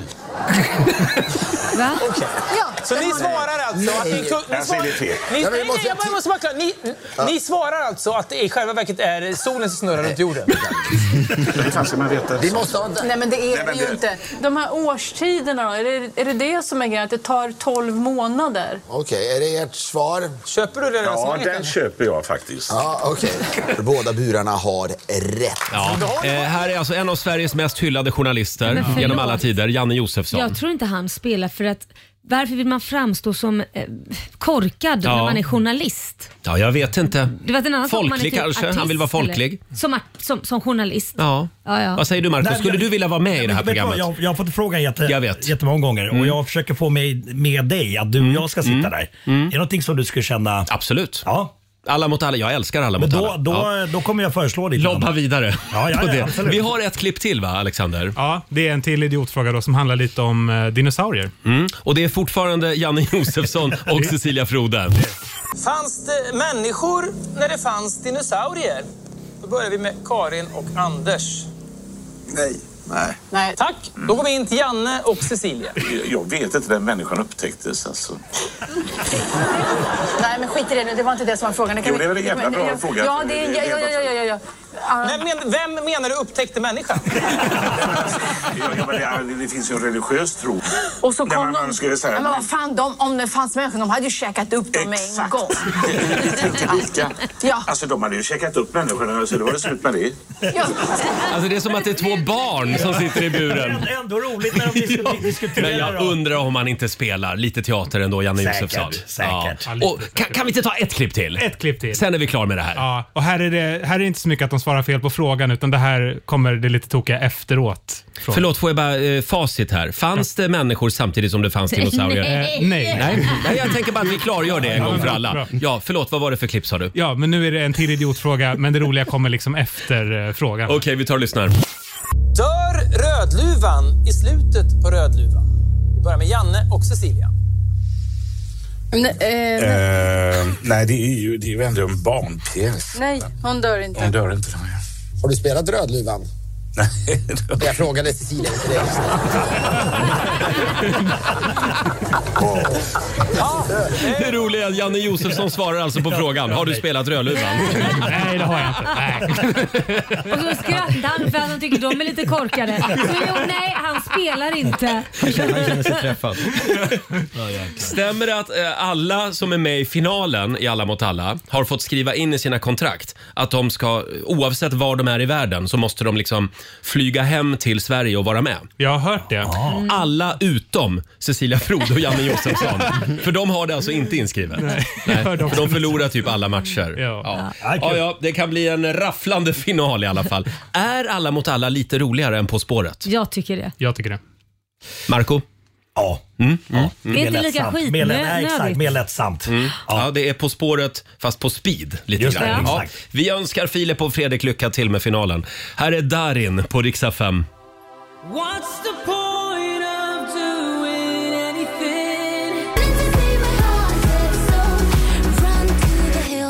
Speaker 17: [laughs] Va?
Speaker 15: Ja, så ni svarar alltså att ni, ku- ni,
Speaker 16: Jag
Speaker 15: svar,
Speaker 16: säger
Speaker 15: ni,
Speaker 16: det fel.
Speaker 15: nej, nej, jag bara måste vara klar. Ni, ni svarar alltså att det i själva verket är solen som snurrar runt jorden?
Speaker 16: Det fan ska man veta.
Speaker 17: Nej, men det är
Speaker 16: Nej, men
Speaker 17: det ju
Speaker 16: det-
Speaker 17: inte. De här årstiderna då, är det, är det det som är grejen? Att det tar 12 månader?
Speaker 12: Okej, är det ert svar?
Speaker 15: Köper du det
Speaker 16: Ja, den köper jag faktiskt.
Speaker 12: Ja, okej. Båda burarna har rätt.
Speaker 1: Ja. Eh, här är alltså en av Sveriges mest hyllade
Speaker 3: Men
Speaker 1: journalister
Speaker 3: förlåt.
Speaker 1: genom alla tider, Janne Josefsson.
Speaker 3: Jag tror inte han spelar för att varför vill man framstå som eh, korkad
Speaker 1: Ja.
Speaker 3: när man är journalist?
Speaker 1: Ja, jag vet inte.
Speaker 3: Det var en annan sak om man är typ
Speaker 1: Folklig kanske? Han vill vara
Speaker 3: artist,
Speaker 1: folklig.
Speaker 3: eller- Som, art, som, som journalist.
Speaker 1: Ja.
Speaker 3: Ja, ja.
Speaker 1: Vad säger du Marco?
Speaker 4: Nej,
Speaker 1: Skulle
Speaker 4: jag- [laughs]
Speaker 1: du vilja vara med i det här
Speaker 4: Vet du vad,
Speaker 1: programmet?
Speaker 4: Jag, jag har fått frågan jätte,
Speaker 1: Jag vet. Mm.
Speaker 4: jättemånga gånger och jag försöker få mig med dig att du och jag ska sitta där. Är det någonting som du skulle känna?
Speaker 1: Mm. Absolut.
Speaker 4: Ja.
Speaker 1: Alla mot alla. Jag älskar alla
Speaker 4: Men
Speaker 1: mot
Speaker 4: då,
Speaker 1: alla.
Speaker 4: då,
Speaker 1: Ja.
Speaker 4: då kommer jag föreslå ditt
Speaker 1: Lobba
Speaker 4: namn.
Speaker 1: vidare.
Speaker 4: Ja, ja,
Speaker 1: på
Speaker 4: ja,
Speaker 1: det.
Speaker 4: absolut.
Speaker 1: Vi har ett klipp till va, Alexander?
Speaker 14: Ja, det är en till idiotfråga då som handlar lite om eh, dinosaurier.
Speaker 1: Mm. Och det är fortfarande
Speaker 14: [laughs]
Speaker 1: Janne Josefsson och Cecilia Frode.
Speaker 15: Fanns det människor när det fanns dinosaurier? Då börjar vi med Karin och Anders. Nej. Nej. Nej. Tack. Då går vi in till Janne och Cecilia.
Speaker 16: Jag- Jag vet inte när människan upptäcktes. Alltså.
Speaker 17: Nej, men skit i det nu. Det var inte det som var frågan.
Speaker 16: Jo,
Speaker 17: vi-
Speaker 16: det är väl en jävla
Speaker 17: men-
Speaker 16: bra
Speaker 17: ja,
Speaker 16: fråga.
Speaker 17: Ja, det är en... Ja, ja, ja, ja, ja, ja. Ah.
Speaker 15: Vem, men, vem menar du
Speaker 16: [laughs]
Speaker 15: upptäckte människan?
Speaker 16: Jag, jag, det, det finns ju en religiös tro.
Speaker 17: Och så
Speaker 16: När
Speaker 17: kom
Speaker 16: man, man skulle
Speaker 17: Ja,
Speaker 16: säga,
Speaker 17: men vad fan, de, om det fanns människor, de hade ju käkat upp dem med
Speaker 16: [laughs]
Speaker 17: en gång.
Speaker 16: Vi tänkte lika. Alltså, de hade ju checkat upp människorna, så det var det slut med det.
Speaker 1: Alltså det är som att det är två barn som sitter i buren.
Speaker 4: [laughs] Ändå- Ändå roligt när
Speaker 1: [laughs]
Speaker 4: de dis- diskuterar.
Speaker 1: Men jag undrar om han inte spelar lite teater ändå, Janne
Speaker 4: Säkert,
Speaker 1: Josefsson.
Speaker 4: säkert.
Speaker 1: Ja. Och, kan, kan vi inte ta ett klipp till?
Speaker 14: Ett klipp till.
Speaker 1: Sen är vi klara med det här.
Speaker 14: Ja, och här är, det, här är det inte så mycket att de svarar fel på frågan utan det här kommer det lite tokiga efteråt. Från.
Speaker 1: Förlåt, får jag bara eh, facit här. Fanns det människor samtidigt som det fanns dinosaurier?
Speaker 14: [laughs] Nej. Eh, nej.
Speaker 1: nej. Nej, jag tänker bara att vi klargör det en gång för alla. Ja, förlåt, vad var det för klipp sa du?
Speaker 14: Ja, men nu är det en till idiotfråga men det roliga kommer liksom efter eh, frågan. Okej,
Speaker 1: vi tar och lyssnar.
Speaker 15: Dör rödluvan? vann i slutet på Rödluvan? Vi börjar med Janne och Cecilia.
Speaker 17: Nej, eh, nej.
Speaker 16: Eh, nej, det är ju, det är ju ändå en barnpjäs.
Speaker 17: nej, hon dör
Speaker 16: Hon
Speaker 17: inte.
Speaker 16: dör inte. då, ja.
Speaker 18: Har du spelat
Speaker 16: [laughs]
Speaker 18: Rödluvan? Nej. Jag frågade Cecilia inte det.
Speaker 1: Det roliga är att Janne Josefsson svarar alltså på frågan. Har du spelat Rödluvan?
Speaker 14: Nej, det har jag inte.
Speaker 3: Och så skrattar han för att han tycker de är lite korkade. Så jo, nej, han spelar inte.
Speaker 1: Han känner sig
Speaker 14: [laughs]
Speaker 1: träffad. Stämmer det att eh, alla som är med i finalen i Alla mot alla har fått skriva in i sina kontrakt att de ska, eh, oavsett var de är i världen, så måste de liksom flyga hem till Sverige och vara med? Mm.
Speaker 14: Jag har hört det.
Speaker 1: Ah. Alla utom Cecilia Frode och
Speaker 14: [laughs]
Speaker 1: Janne Josefsson. För de har det alltså inte inskrivet. Nej, för de förlorar typ alla matcher. Ja. Ja. Ja, det kan bli en rafflande final i
Speaker 14: [laughs]
Speaker 1: alla fall. Är Alla mot alla lite roligare än På spåret?
Speaker 3: Jag tycker det.
Speaker 14: Jag tycker det.
Speaker 1: Marco? Ja. Mm, mm, mm.
Speaker 3: Det är inte lika skit-
Speaker 4: Mer, lä- nej,
Speaker 3: nödigt.
Speaker 4: exakt, mer lättsamt.
Speaker 1: Ja. det är På spåret fast på speed. Lite
Speaker 4: Just det,
Speaker 1: grann. ja.
Speaker 4: exakt.
Speaker 1: Vi önskar Filip och Fredrik lycka till med finalen. Här är Darin på riksdag 5.
Speaker 2: What's the point of doing anything?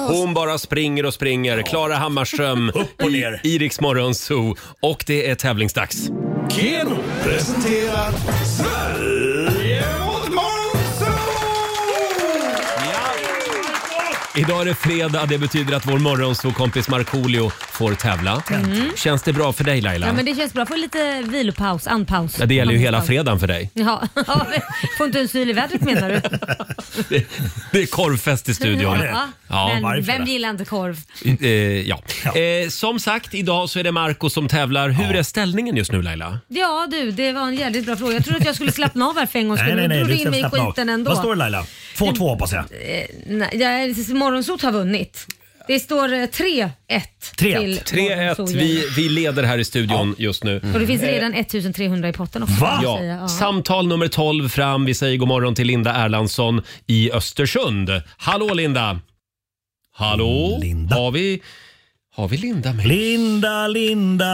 Speaker 1: Hon bara springer och springer. Klara
Speaker 4: [laughs]
Speaker 1: Hammarström Upp och ner. i Riks Zoo. Och det är tävlingsdags.
Speaker 2: Keno presenterar Sverige mot Monzo!
Speaker 1: Idag är det fredag. Det betyder att vår morgonzoo-kompis Markoolio får tävla.
Speaker 3: Mm.
Speaker 1: Känns det bra för dig Laila?
Speaker 3: Ja, men det känns bra. Få lite vilopaus, andpaus.
Speaker 1: Ja, det gäller ju hela
Speaker 3: Andpaus.
Speaker 1: fredagen för dig.
Speaker 3: Ja, [laughs] ja, men får inte en syl i vädret menar du?
Speaker 1: Det, det är korvfest i studion.
Speaker 3: Ja, men vem gillar inte korv?
Speaker 1: Eh, ja. Eh, som sagt, idag så är det Marco som tävlar. Hur är ställningen just nu Laila?
Speaker 3: Ja du, det var en jävligt bra fråga. Jag trodde att jag skulle slappna av här för en gångs skull, men du drog in mig i skiten ändå.
Speaker 4: Vad står det Laila? 2-2 hoppas jag.
Speaker 3: Eh, nej, jag- Morgonsot har vunnit. Det står eh, 3-1 till
Speaker 1: 3-1.
Speaker 3: Morgonsot. Mm.
Speaker 1: Vi, vi leder här i studion just nu.
Speaker 3: Och det finns
Speaker 1: Eh,
Speaker 3: redan 1300 i potten också. kan jag
Speaker 1: Ja.
Speaker 3: säga. Ja.
Speaker 1: Samtal nummer 12 fram. Vi säger god morgon till Linda Erlandsson i Östersund. Hallå Linda! Hallå? Linda. Har vi, har vi Linda med Mhm.
Speaker 4: Linda, Linda.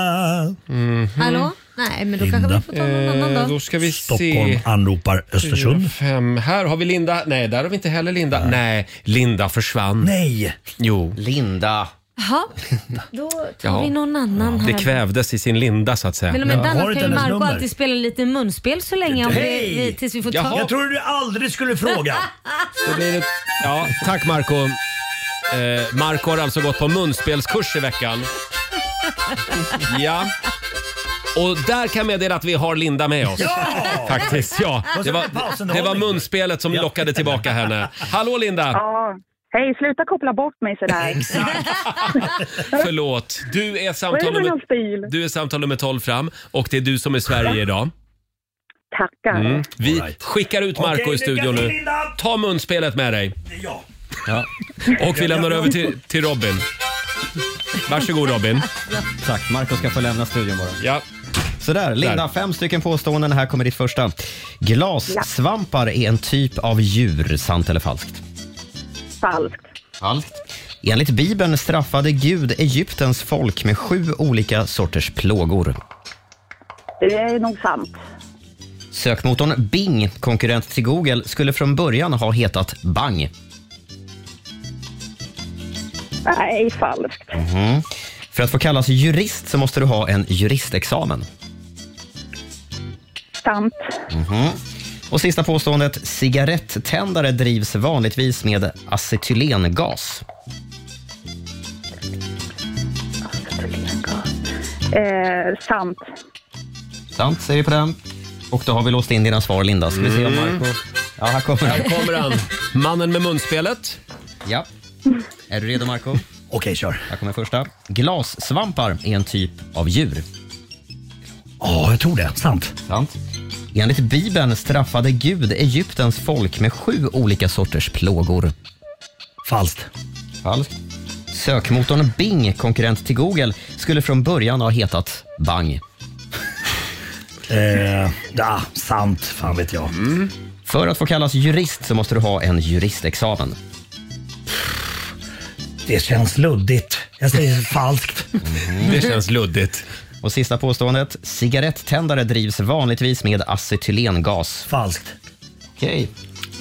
Speaker 3: Hallå? Nej, men då kanske vi får ta någon
Speaker 1: Eh,
Speaker 3: annan
Speaker 1: då
Speaker 3: då.
Speaker 1: ska vi
Speaker 4: Stockholm
Speaker 1: se.
Speaker 4: anropar Östersund.
Speaker 1: Fem. Här har vi Linda. Nej, där har vi inte heller Linda. Nej, Linda försvann.
Speaker 4: Nej!
Speaker 1: Jo. Linda.
Speaker 3: Jaha, då tar
Speaker 1: Ja.
Speaker 3: vi någon annan
Speaker 1: Det
Speaker 3: här.
Speaker 1: kvävdes i sin linda så att säga.
Speaker 3: Men om inte annat kan ju Marco alltid spela lite munspel så länge om vi,
Speaker 1: Hej!
Speaker 3: vi, tills vi får
Speaker 1: Jaha.
Speaker 3: ta...
Speaker 1: Jag
Speaker 4: trodde du aldrig skulle
Speaker 3: [laughs]
Speaker 4: fråga.
Speaker 1: Då blir det... Ja, tack Marco. Eh, Marco har alltså gått på munspelskurs i veckan.
Speaker 7: ah.
Speaker 1: Ja. Och där kan jag meddela att vi har Linda med oss.
Speaker 2: Ja!
Speaker 1: Faktiskt, ja.
Speaker 2: Vad
Speaker 1: Det
Speaker 2: sa
Speaker 1: var,
Speaker 2: du med pausen?
Speaker 1: det var munspelet som lockade tillbaka henne. Hallå Linda!
Speaker 19: Ja. Hej, sluta koppla bort mig sådär.
Speaker 1: Förlåt. Du är
Speaker 19: Vad är
Speaker 1: samtal
Speaker 19: det med
Speaker 1: nummer,
Speaker 19: någon stil?
Speaker 1: du är samtal nummer 12 fram och det är du som är Sverige idag.
Speaker 19: Tackar.
Speaker 1: Mm. Vi skickar ut Marco
Speaker 19: Okej,
Speaker 1: i studion
Speaker 19: lycka till,
Speaker 1: nu.
Speaker 19: Linda!
Speaker 1: Ta munspelet med dig. Ja. Och vi lämnar över till, till Robin. Varsågod Robin.
Speaker 8: Tack, Marco ska få lämna studion bara.
Speaker 1: Ja.
Speaker 8: Sådär, Linda, fem stycken påståenden. Här kommer ditt första. Glassvampar är en typ av djur, sant eller falskt?
Speaker 19: Falskt.
Speaker 8: Falskt. Enligt Bibeln straffade Gud Egyptens folk med sju olika sorters plågor.
Speaker 19: Det är nog sant.
Speaker 8: Sökmotorn Bing, konkurrent till Google, skulle från början ha hetat Bang.
Speaker 19: Nej, falskt.
Speaker 8: Mhm. För att få kallas jurist så måste du ha en juristexamen.
Speaker 19: Sant.
Speaker 8: Mhm. Och sista påståendet. Cigarettändare drivs vanligtvis med acetylengas.
Speaker 19: Eh, sant.
Speaker 8: Sant, säger vi på den. Och då har vi låst in dina svar, Linda. Ska vi se om
Speaker 1: Mm.
Speaker 8: Marco... Ja, här kommer han.
Speaker 1: Här kommer han. Mannen med munspelet.
Speaker 8: Ja. Är du redo, Marco?
Speaker 4: Okej, kör.
Speaker 8: Här kommer första. Glassvampar är en typ av djur.
Speaker 4: Ja, jag tror det. Sant.
Speaker 8: Sant. Enligt Bibeln straffade Gud Egyptens folk med sju olika sorters plågor.
Speaker 4: Falskt.
Speaker 8: Falskt. Sökmotorn Bing, konkurrent till Google, skulle från början ha hetat Bang.
Speaker 4: Eh, ja, sant. Fan vet jag.
Speaker 8: För att få kallas jurist så måste du ha en juristexamen.
Speaker 4: Det känns luddigt. Jag säger falskt.
Speaker 1: Det Mm. känns luddigt.
Speaker 8: Och sista påståendet. Cigarettändare drivs vanligtvis med acetylengas.
Speaker 4: Falskt.
Speaker 8: Okej.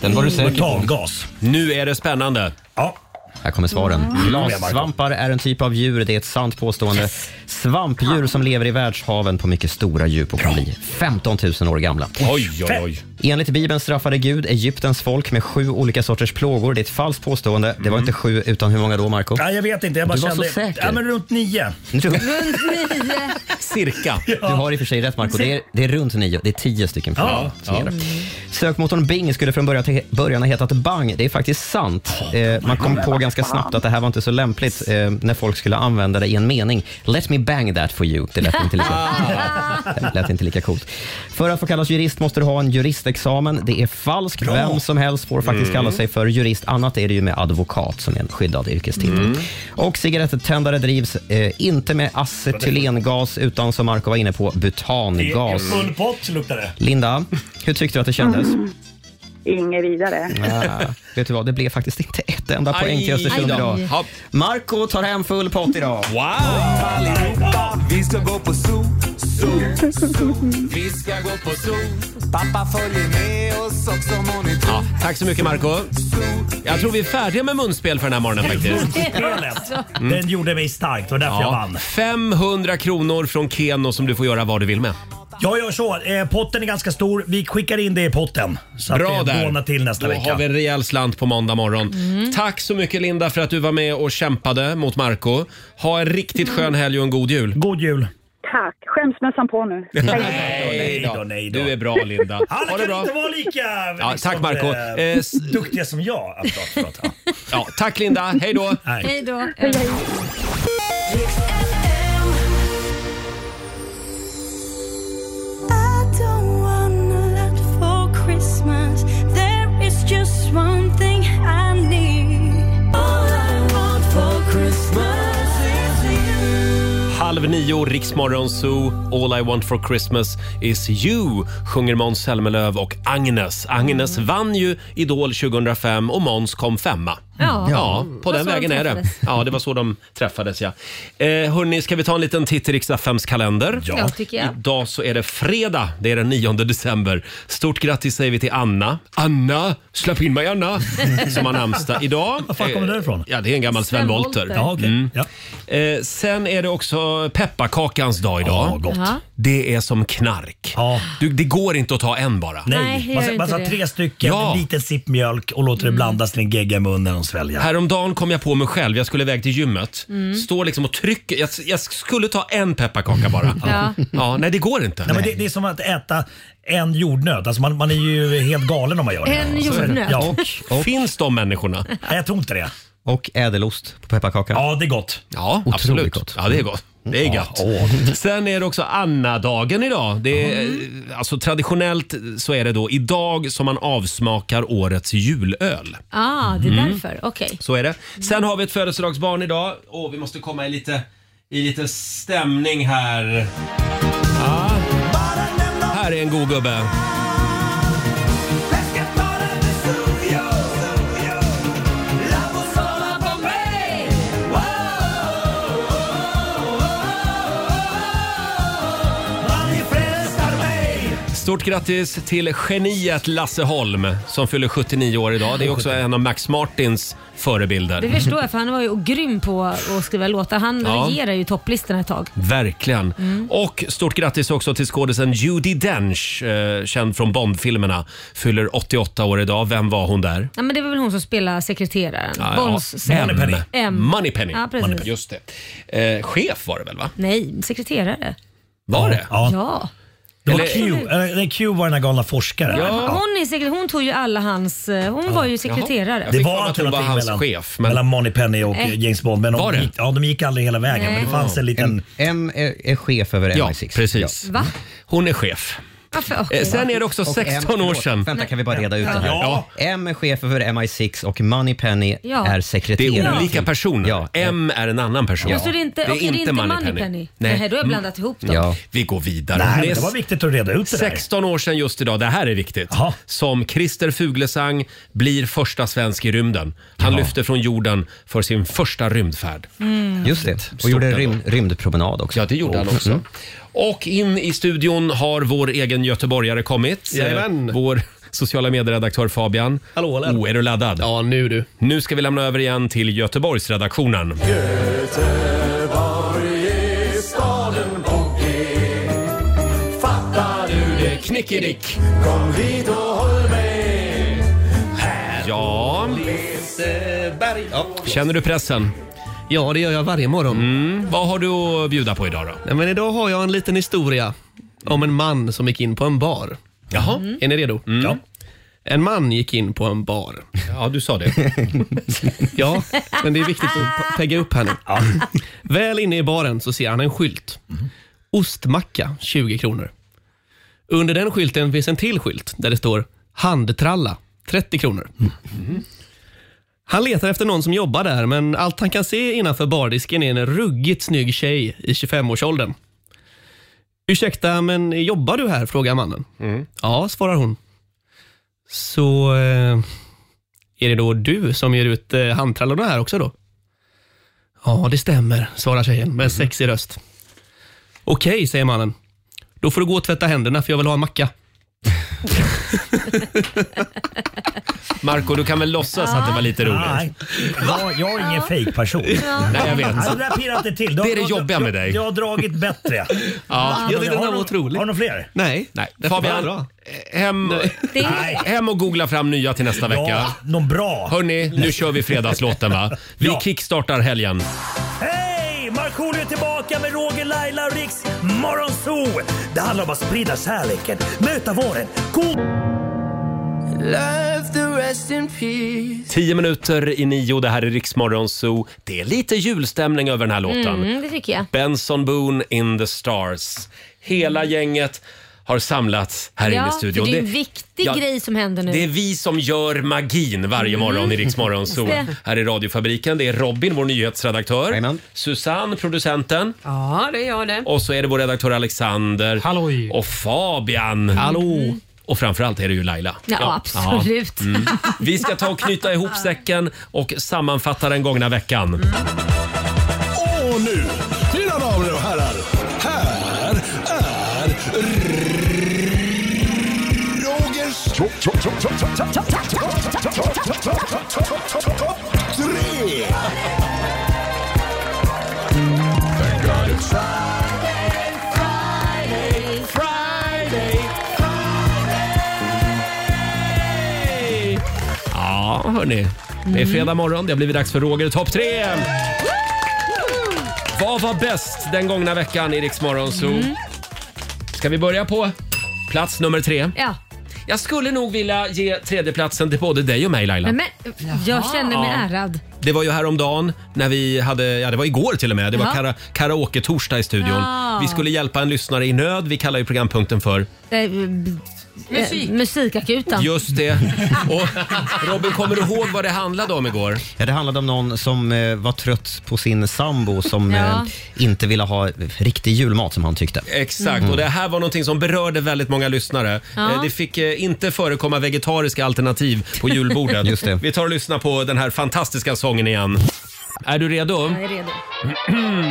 Speaker 8: Den var du säker på.
Speaker 4: Metangas.
Speaker 1: Nu är det spännande.
Speaker 4: Ja.
Speaker 8: Här kommer svaren.
Speaker 1: Mm.
Speaker 8: Glassvampar är en typ av djur. Det är ett sant påstående. Svampdjur som lever i världshaven på mycket stora djup och kan bli 15 000 år gamla.
Speaker 1: Oj, oj, oj.
Speaker 8: Enligt Bibeln straffade Gud Egyptens folk med sju olika sorters plågor. Det är ett falskt påstående. Det
Speaker 1: Mm.
Speaker 8: var inte sju, utan hur många då, Marco?
Speaker 4: Nej, jag vet inte. Jag bara
Speaker 8: du var
Speaker 4: kände...
Speaker 8: så säker.
Speaker 4: Ja, men runt nio.
Speaker 3: Runt nio.
Speaker 4: [laughs]
Speaker 1: Cirka.
Speaker 8: Du har i och för sig rätt Marco. Det är, det är runt nio. Det är tio stycken plågor.
Speaker 4: Ja,
Speaker 8: som
Speaker 4: ja.
Speaker 8: är det. Sökmotorn Bing skulle från början, te- början ha hetat Bang. Det är faktiskt sant. Eh, man kom på ganska snabbt att det här var inte så lämpligt eh, när folk skulle använda det i en mening. Let me bang that for you. Det lät inte lika, det lät inte lika coolt. För att få kallas jurist måste du ha en juristexamen. Det är falskt.
Speaker 10: Bra.
Speaker 8: Vem som helst får faktiskt
Speaker 10: Mm.
Speaker 8: kalla sig för jurist. Annat är det ju med advokat som är en skyddad yrkestitel.
Speaker 10: Mm.
Speaker 8: Och cigarettändare drivs eh, inte med acetylengas utan som Marco var inne på,
Speaker 4: Det är
Speaker 8: butangas.
Speaker 4: full pott luktar det.
Speaker 8: Linda, hur tyckte du att det kändes?
Speaker 19: [laughs]
Speaker 1: Mm.
Speaker 19: Inget vidare.
Speaker 8: Ah, vet du vad, det blev faktiskt inte ett enda
Speaker 19: Aj.
Speaker 8: poäng till Östersund
Speaker 19: Aj då.
Speaker 8: idag. Marco tar hem full pott idag.
Speaker 2: Allihopa, vi ska gå på zoo, zoo, zoo. Vi ska gå på zoo. Pappa följer med oss också må ni tro.
Speaker 1: Ja, tack så mycket Marco. Jag tror vi är färdiga med munspel för den här morgonen faktiskt. Mm.
Speaker 4: Den gjorde mig starkt. Det var därför jag
Speaker 1: Ja,
Speaker 4: vann.
Speaker 1: 500 kronor från Keno som du får göra vad du vill med.
Speaker 4: Jag gör så. Eh, potten är ganska stor. Vi skickar in det i potten. Så
Speaker 1: Bra
Speaker 4: att det
Speaker 1: där.
Speaker 4: lånar till nästa
Speaker 1: Då
Speaker 4: vecka.
Speaker 1: har vi en rejäl slant på måndag morgon. Tack så mycket Linda för att du var med och kämpade mot Marco. Ha en riktigt skön helg och en god jul. [laughs]
Speaker 4: God jul.
Speaker 19: Tack. Skämsmössan på
Speaker 8: [laughs]
Speaker 19: nu.
Speaker 1: Nej då, Du är bra Linda.
Speaker 4: Alla kan inte vara lika
Speaker 1: Ja, tack, Marco.
Speaker 4: eh,
Speaker 1: Eh, s-
Speaker 4: duktiga som jag. Ja, förlåt, förlåt. Ja.
Speaker 1: Ja, tack Linda, hej då!
Speaker 3: Hej då.
Speaker 1: Halv nio, Riksmorgon Zoo, All I want for Christmas is you sjunger Måns Zelmerlöw och Agnes. Agnes
Speaker 2: Mm.
Speaker 1: vann ju Idol 2005 och Måns kom femma.
Speaker 2: Ja.
Speaker 1: ja på
Speaker 2: Vad
Speaker 1: den
Speaker 2: så de
Speaker 1: vägen är det.
Speaker 2: träffades.
Speaker 1: Ja, det var så de träffades ja. Eh, hörni, ska vi ta en liten titt i Riks-FMs kalender?
Speaker 2: Ja. Ja, tycker jag.
Speaker 1: Idag så är det fredag, det är den 9 december. Stort grattis säger vi till Anna. Anna, släpp in mig
Speaker 2: [laughs]
Speaker 1: Anna! Som har namnsdag idag.
Speaker 4: Var fan kommer det ifrån?
Speaker 1: Ja, det är en gammal Sven
Speaker 4: Sven
Speaker 1: Wollter.
Speaker 4: Wollter. Ja, okej.
Speaker 1: Eh, sen är det också pepparkakans dag idag.
Speaker 4: Ja, gott. Ja.
Speaker 1: Det är som knark. Du, det går inte att ta en bara.
Speaker 4: Nej, man ska- man ska ha tre stycken,
Speaker 1: Ja.
Speaker 4: en liten sipp mjölk och låter det blandas till en gegga i munnen och svälja.
Speaker 1: Häromdagen kom jag på mig själv, jag skulle iväg till gymmet.
Speaker 4: Mm.
Speaker 1: Står liksom och trycker. Jag, jag skulle ta en pepparkaka bara.
Speaker 4: [laughs] Ja.
Speaker 1: ja, nej det går inte.
Speaker 4: Nej, men det, det är som att äta en jordnöt. Alltså man, man är ju helt galen om man gör det.
Speaker 1: En
Speaker 4: Så är det.
Speaker 1: jordnöt.
Speaker 4: Ja.
Speaker 1: Och- Finns de människorna?
Speaker 4: Nej, jag tror inte det.
Speaker 8: Och ädelost på pepparkaka. Mm.
Speaker 4: Ja, det är gott.
Speaker 1: Ja, absolut. Ja, det är gott. Det
Speaker 4: Mm.
Speaker 1: är gott. [laughs] Sen är det också Anna-dagen idag. Det är, eh, alltså, traditionellt så är det då idag som man avsmakar årets julöl.
Speaker 3: Ah, det är
Speaker 1: Mm.
Speaker 3: därför. Okej.
Speaker 1: Så är det. Sen har vi ett födelsedagsbarn idag. Åh, vi måste komma i lite, i lite stämning här. Ja. Här är en god gubbe. Stort grattis till geniet Lasse Holm som fyller 79 år idag. Det är också en av Max Martins förebilder.
Speaker 3: Det förstår jag för han var ju grym på att skriva låtar. Han
Speaker 1: Ja.
Speaker 3: regerar ju topplistorna ett tag.
Speaker 1: Verkligen.
Speaker 3: Mm.
Speaker 1: Och stort grattis också till skådisen Judi Dench, eh, känd från Bond-filmerna. Fyller 88 år idag. Vem var hon där?
Speaker 3: Ja, men det var väl hon som spelade sekreteraren.
Speaker 1: Ja, ja.
Speaker 3: Bonds
Speaker 1: M.
Speaker 3: M.
Speaker 1: Moneypenny.
Speaker 3: Ja, precis.
Speaker 1: Moneypenny. Just det. Eh, chef var det väl? va?
Speaker 3: Nej, sekreterare.
Speaker 1: Var det?
Speaker 4: Ja.
Speaker 3: Ja.
Speaker 4: Det var
Speaker 1: Eller-
Speaker 4: Q. Eller, nej, Q var den här galna forskaren.
Speaker 3: Hon, är sekre- hon tog ju alla hans... eh, Hon var ju sekreterare.
Speaker 4: Det var alltid någonting mellan, mellan Moneypenny och
Speaker 3: Nej.
Speaker 4: James Bond. Men
Speaker 1: Eh. Var
Speaker 4: de,
Speaker 1: det? Eh.
Speaker 4: gick, ja, de gick aldrig hela vägen.
Speaker 3: Nej.
Speaker 4: Men det fanns en liten...
Speaker 8: M är, är chef över
Speaker 1: Ja,
Speaker 8: MI6.
Speaker 1: precis.
Speaker 3: Va?
Speaker 1: Hon är chef.
Speaker 3: Varför?
Speaker 8: Eh, sen är det också Och 16 M- år sedan. Vänta, kan vi bara reda ut det här? Ja. M är chef för MI6 och Moneypenny
Speaker 3: Ja.
Speaker 8: är sekreterare.
Speaker 3: Det är olika
Speaker 1: personer.
Speaker 8: M
Speaker 1: är en annan person.
Speaker 3: Och så är det inte, och är det inte Moneypenny? Nej. då har jag blandat ihop dem.
Speaker 1: Mm. Vi går vidare.
Speaker 4: Nej, men
Speaker 1: är
Speaker 4: det var viktigt att reda ut det där.
Speaker 1: 16 år sedan just idag, det här är viktigt, som Christer Fuglesang blir första svensk i rymden. Han lyfte från jorden för sin första rymdfärd.
Speaker 2: Mm.
Speaker 8: Just det. Och gjorde en rym, rymdpromenad också. Mm.
Speaker 1: Ja, det gjorde han också. Och in i studion har vår egen göteborgare kommit.
Speaker 6: Jajamän.
Speaker 1: Eh, Vår sociala medieredaktör Fabian. Hallå, oh, är du laddad? Ja,
Speaker 6: nu du.
Speaker 1: Nu ska vi lämna över igen till Göteborgsredaktionen.
Speaker 2: Göteborg är staden på G Fattar du det knickedick? Kom hit och håll med
Speaker 1: Ja.
Speaker 6: Liseberg. Ja.
Speaker 1: Känner du pressen? Mm.
Speaker 6: Ja, det gör jag varje morgon.
Speaker 1: Vad har du att bjuda på idag då?
Speaker 6: Nej, men idag har jag en liten historia om en man som gick in på en bar. Mm.
Speaker 1: Jaha. Mm.
Speaker 6: Är ni redo? Ja. En man gick in på en bar.
Speaker 1: Ja, du sa det.
Speaker 6: [laughs] ja, men det är viktigt att pegga upp här nu. [laughs] Väl inne i baren så ser han en skylt.
Speaker 1: Mm.
Speaker 6: Ostmacka, 20 kronor. Under den skylten finns en till skylt där det står handtralla, 30 kronor.
Speaker 1: Mm.
Speaker 6: Han letar efter någon som jobbar där, men allt han kan se innanför bardisken är en ruggigt snygg tjej i 25-årsåldern. Ursäkta, men jobbar du här? frågar mannen. Ja, svarar hon. Så eh, är det då du som ger ut eh, handtrallorna här också då? Ja, det stämmer, svarar tjejen med en sexig röst. Okej, säger mannen. Då får du gå och tvätta händerna för jag vill ha en macka.
Speaker 1: Marco, du kan väl låtsas att det var lite roligt?
Speaker 4: Nej, jag, jag är ingen fejkperson.
Speaker 1: Ja. Nej, jag vet.
Speaker 4: Alltså, det där pirrar inte till.
Speaker 1: Det är det jobbiga med dig.
Speaker 4: Jag har dragit bättre.
Speaker 1: Ja.
Speaker 4: Har du- Har du några fler?
Speaker 6: Nej.
Speaker 1: Nej.
Speaker 4: Det får vara
Speaker 1: Fabian, eh,
Speaker 4: bra.
Speaker 1: hem,
Speaker 4: Det är-
Speaker 1: Nej. hem och googla fram nya till nästa vecka.
Speaker 4: Ja, någon bra.
Speaker 1: Hörni, nu kör vi fredagslåten va? Vi kickstartar helgen.
Speaker 4: Hej! Markoolio är tillbaka med Roger, Laila och Riks Morgonzoo. Det handlar om att sprida kärleken, möta våren, god...
Speaker 2: Love the rest in peace
Speaker 1: Tio minuter i nio, det här är Riksmorgon Zoo. Det är lite julstämning över den här låten.
Speaker 3: Mm, det tycker jag.
Speaker 1: Benson Boone in the stars. Hela gänget har samlats här inne i studion.
Speaker 3: Mm. För det är en viktig
Speaker 1: ja,
Speaker 3: grej som händer nu. Mm.
Speaker 1: Det är vi som gör magin varje morgon i Rix Morgon Zoo.
Speaker 3: Just det.
Speaker 1: Här i radiofabriken. Det är Robin, vår nyhetsredaktör. Susanne, producenten.
Speaker 7: [laughs] Ja, det gör det.
Speaker 1: Och så är det vår redaktör Alexander. Halloj. Och Fabian. Hallå. Och framförallt är det ju Laila.
Speaker 3: Ja, absolut.
Speaker 1: Ja. Mm. Vi ska ta och knyta ihop säcken och sammanfatta den gångna veckan.
Speaker 10: Och nu, mina damer och herrar, här är Rogers... Tre!
Speaker 1: Ja, hörni. Det är
Speaker 3: Mm.
Speaker 1: fredag morgon. Det har blivit dags för Roger topp tre. Vad var bäst den gångna veckan i Rix Morgon Zoo?
Speaker 3: Mm.
Speaker 1: Ska vi börja på plats nummer tre?
Speaker 3: Ja.
Speaker 1: Jag skulle nog vilja ge tredjeplatsen till både dig och mig Laila.
Speaker 3: Men, men, jag känner mig
Speaker 1: Ja.
Speaker 3: ärad.
Speaker 1: Det var ju häromdagen när vi hade, ja det var igår till och med, det var
Speaker 3: Jaha.
Speaker 1: kara, karaoke-torsdag i studion.
Speaker 3: Ja.
Speaker 1: Vi skulle hjälpa en lyssnare i nöd, vi kallar ju programpunkten för
Speaker 3: Eh, b- eh, musikakuten.
Speaker 1: Just det. Och Robin, kommer du ihåg vad det handlade om igår?
Speaker 8: Ja, det handlade om någon som eh, var trött på sin sambo som
Speaker 1: Ja.
Speaker 8: eh, inte ville ha riktig julmat som han tyckte.
Speaker 1: Exakt,
Speaker 8: Mm.
Speaker 1: och det här var någonting som berörde väldigt många lyssnare.
Speaker 8: Ja.
Speaker 1: Eh, Det fick eh, inte förekomma vegetariska alternativ på julbordet.
Speaker 8: Just det.
Speaker 1: Vi tar och lyssnar på den här fantastiska sången igen. Är du redo?
Speaker 3: Jag är redo.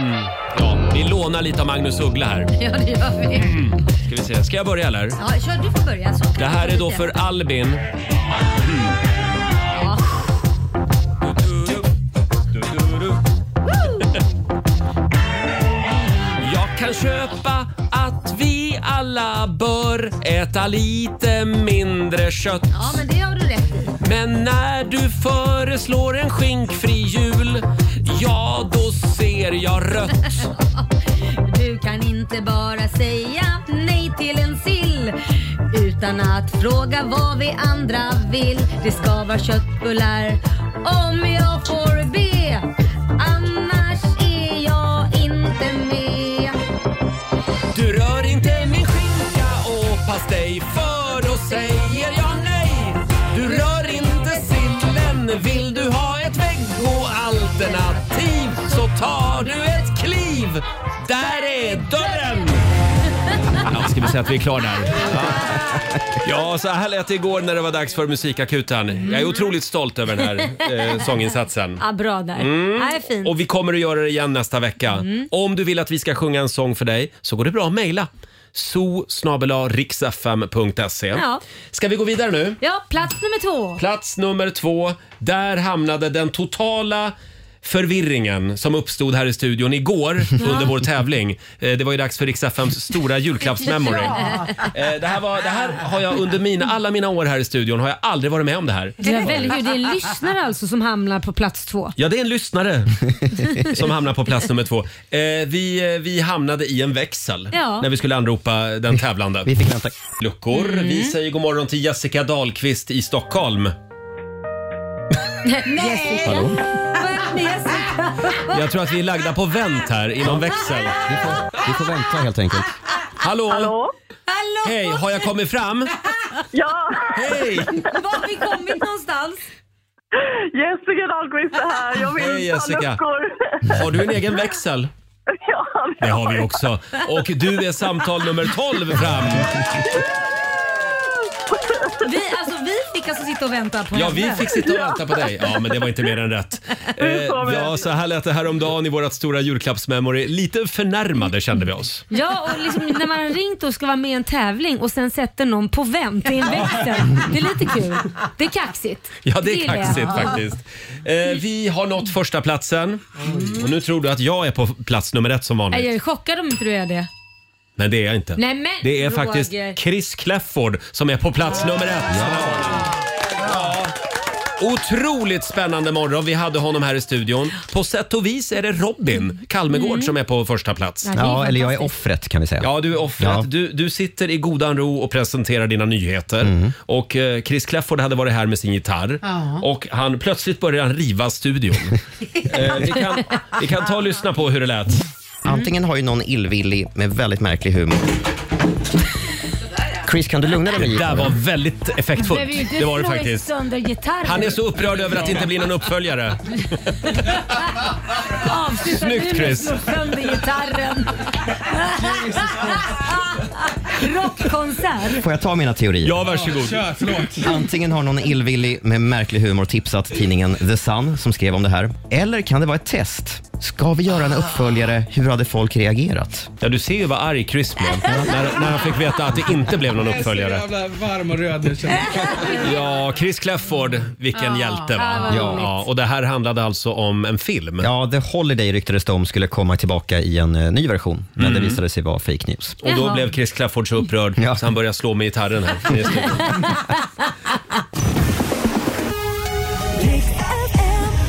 Speaker 1: [clears throat] ja, vi lånar lite av Magnus Uggla här.
Speaker 3: [laughs] Ja, det gör vi.
Speaker 1: Ska vi se, ska jag börja eller?
Speaker 3: Ja, kör, du får börja. Så.
Speaker 1: Det här är då för Albin.
Speaker 3: Ja.
Speaker 1: Jag kan köpa att vi alla bör äta lite mindre kött.
Speaker 3: ja, men det har du rätt i.
Speaker 1: Men när du föreslår en skinkfri jul, ja då ser jag rött.
Speaker 3: [laughs] Du kan inte bara säga nej till en sill utan att fråga vad vi andra vill. Det ska vara köttbullar om jag får be. Annars är jag inte med.
Speaker 1: Du rör inte min skinka och pastej [laughs] sig att vi är klara där. [laughs] Ja, så här lät det igår när det var dags för Musikakuten. Jag är otroligt stolt över den här
Speaker 3: [laughs]
Speaker 1: eh, sånginsatsen.
Speaker 3: Ja, bra där.
Speaker 1: Mm.
Speaker 3: Ja, det är fint.
Speaker 1: Och vi kommer att göra det igen nästa vecka.
Speaker 3: Mm.
Speaker 1: Om du vill att vi ska sjunga en sång för dig så går det bra att mejla. so
Speaker 3: Ja.
Speaker 1: Ska vi gå vidare nu?
Speaker 3: Ja, plats nummer två.
Speaker 1: Plats nummer två. Där hamnade den totala förvirringen som uppstod här i studion
Speaker 3: [laughs]
Speaker 1: igår
Speaker 2: Ja.
Speaker 1: under vår tävling. Eh, Det var ju dags för Rix FMs stora
Speaker 3: [laughs]
Speaker 1: julklappsmemory. Eh, Det här, var, det här har jag under mina, alla mina år här i studion har jag aldrig varit med om det här.
Speaker 3: Det är väl hur det är en lyssnare alltså som hamnar på plats två.
Speaker 1: Ja, det är en
Speaker 3: [laughs]
Speaker 1: lyssnare som hamnar på plats nummer två. Eh, vi, eh, vi hamnade i en växel
Speaker 3: Ja.
Speaker 1: när vi skulle anropa den tävlande. Vi fick vänta. Luckor.
Speaker 3: Mm.
Speaker 1: Vi säger god morgon till Jessica Dahlqvist i Stockholm.
Speaker 2: Nej!
Speaker 1: Hallå?
Speaker 2: Vad är
Speaker 1: Jag tror att vi är lagda på vänt här i någon växel. Vi får, vänta helt enkelt. Hallå? Hallå? Hej, har jag kommit fram?
Speaker 2: Ja!
Speaker 1: Hej!
Speaker 3: Var har vi kommit någonstans?
Speaker 2: Jessica Dahlqvist är här. Jag vill
Speaker 1: Hej, Jessica.
Speaker 2: ta luckor.
Speaker 1: Har du en egen växel? [laughs] Ja, det har vi också. Och du är samtal nummer 12 fram.
Speaker 3: Vi, alltså, vi fick alltså sitta och vänta på
Speaker 1: Ja, vi
Speaker 3: henne.
Speaker 1: fick sitta och vänta på dig. Ja, men det var inte mer än [laughs] rätt. Eh, ja, så här lät det häromdagen i vårt stora julklappsmemory. Lite förnärmade kände vi oss.
Speaker 3: Ja, och liksom, när man har ringt och ska vara med i en tävling och sen sätter någon på vänt i en växel. Det är lite kul. Det är kaxigt.
Speaker 1: Ja, det är kaxigt faktiskt. Eh, vi har nått första platsen. Och nu tror du att jag är på plats nummer ett som
Speaker 3: Nej,
Speaker 1: vanligt.
Speaker 3: Jag är chockad om inte du är det.
Speaker 1: Men det är jag inte.
Speaker 3: Nej, men,
Speaker 1: det är
Speaker 3: Roger.
Speaker 1: faktiskt Chris Clafford som är på plats nummer ett. Otroligt spännande morgon. Vi hade honom här i studion. På sätt och vis är det Robin Kalmegård
Speaker 8: Mm.
Speaker 1: som är på första plats.
Speaker 8: Ja, det är Ja, eller jag är fantastiskt. offret, kan vi säga.
Speaker 1: Ja, du är offret.
Speaker 8: Ja.
Speaker 1: Du, du sitter i godan ro och presenterar dina nyheter.
Speaker 8: Mm.
Speaker 1: Och eh, Chris Clafford hade varit här med sin gitarr
Speaker 2: Ja.
Speaker 1: och han plötsligt började han riva studion.
Speaker 8: [laughs]
Speaker 1: eh, vi, kan, vi kan ta och lyssna på hur det lät.
Speaker 8: Mm. Antingen har ju någon illvillig med väldigt märklig humor. Chris, kan du lugna dig med
Speaker 1: Det där
Speaker 8: gitarren?
Speaker 1: var väldigt effektfullt.
Speaker 3: Behöver ju inte
Speaker 1: Det var det
Speaker 3: slå
Speaker 1: faktiskt.
Speaker 3: sönder gitarren.
Speaker 1: Han är så upprörd över att det inte blir någon uppföljare.
Speaker 3: Avsluta
Speaker 1: Snyggt,
Speaker 3: nu med
Speaker 1: Chris.
Speaker 3: att slå
Speaker 1: [laughs]
Speaker 3: sönder gitarren. Rockkonsert.
Speaker 8: Får jag ta mina teorier?
Speaker 1: Ja, varsågod. Ja, kör,
Speaker 8: Antingen har någon illvillig med märklig humor tipsat tidningen The Sun som skrev om det här. Eller kan det vara ett test? Ska vi göra en uppföljare? Hur hade folk reagerat?
Speaker 1: Ja, du ser ju vad arg Chris blev när, när han fick veta att det inte blev någon uppföljare.
Speaker 2: Jag
Speaker 6: jävla varm och röd
Speaker 1: Ja, Chris Clafford, vilken
Speaker 2: Ja,
Speaker 1: hjälte
Speaker 2: ja,
Speaker 1: va?
Speaker 2: vad
Speaker 1: Ja.
Speaker 2: roligt.
Speaker 1: och det här handlade alltså om en film.
Speaker 8: Ja, The Holiday ryktades det om skulle komma tillbaka i en eh, ny version, men
Speaker 1: Mm.
Speaker 8: det visade sig vara fake news.
Speaker 1: Och då blev Chris Clafford så upprörd så han började slå med gitarren här. [laughs]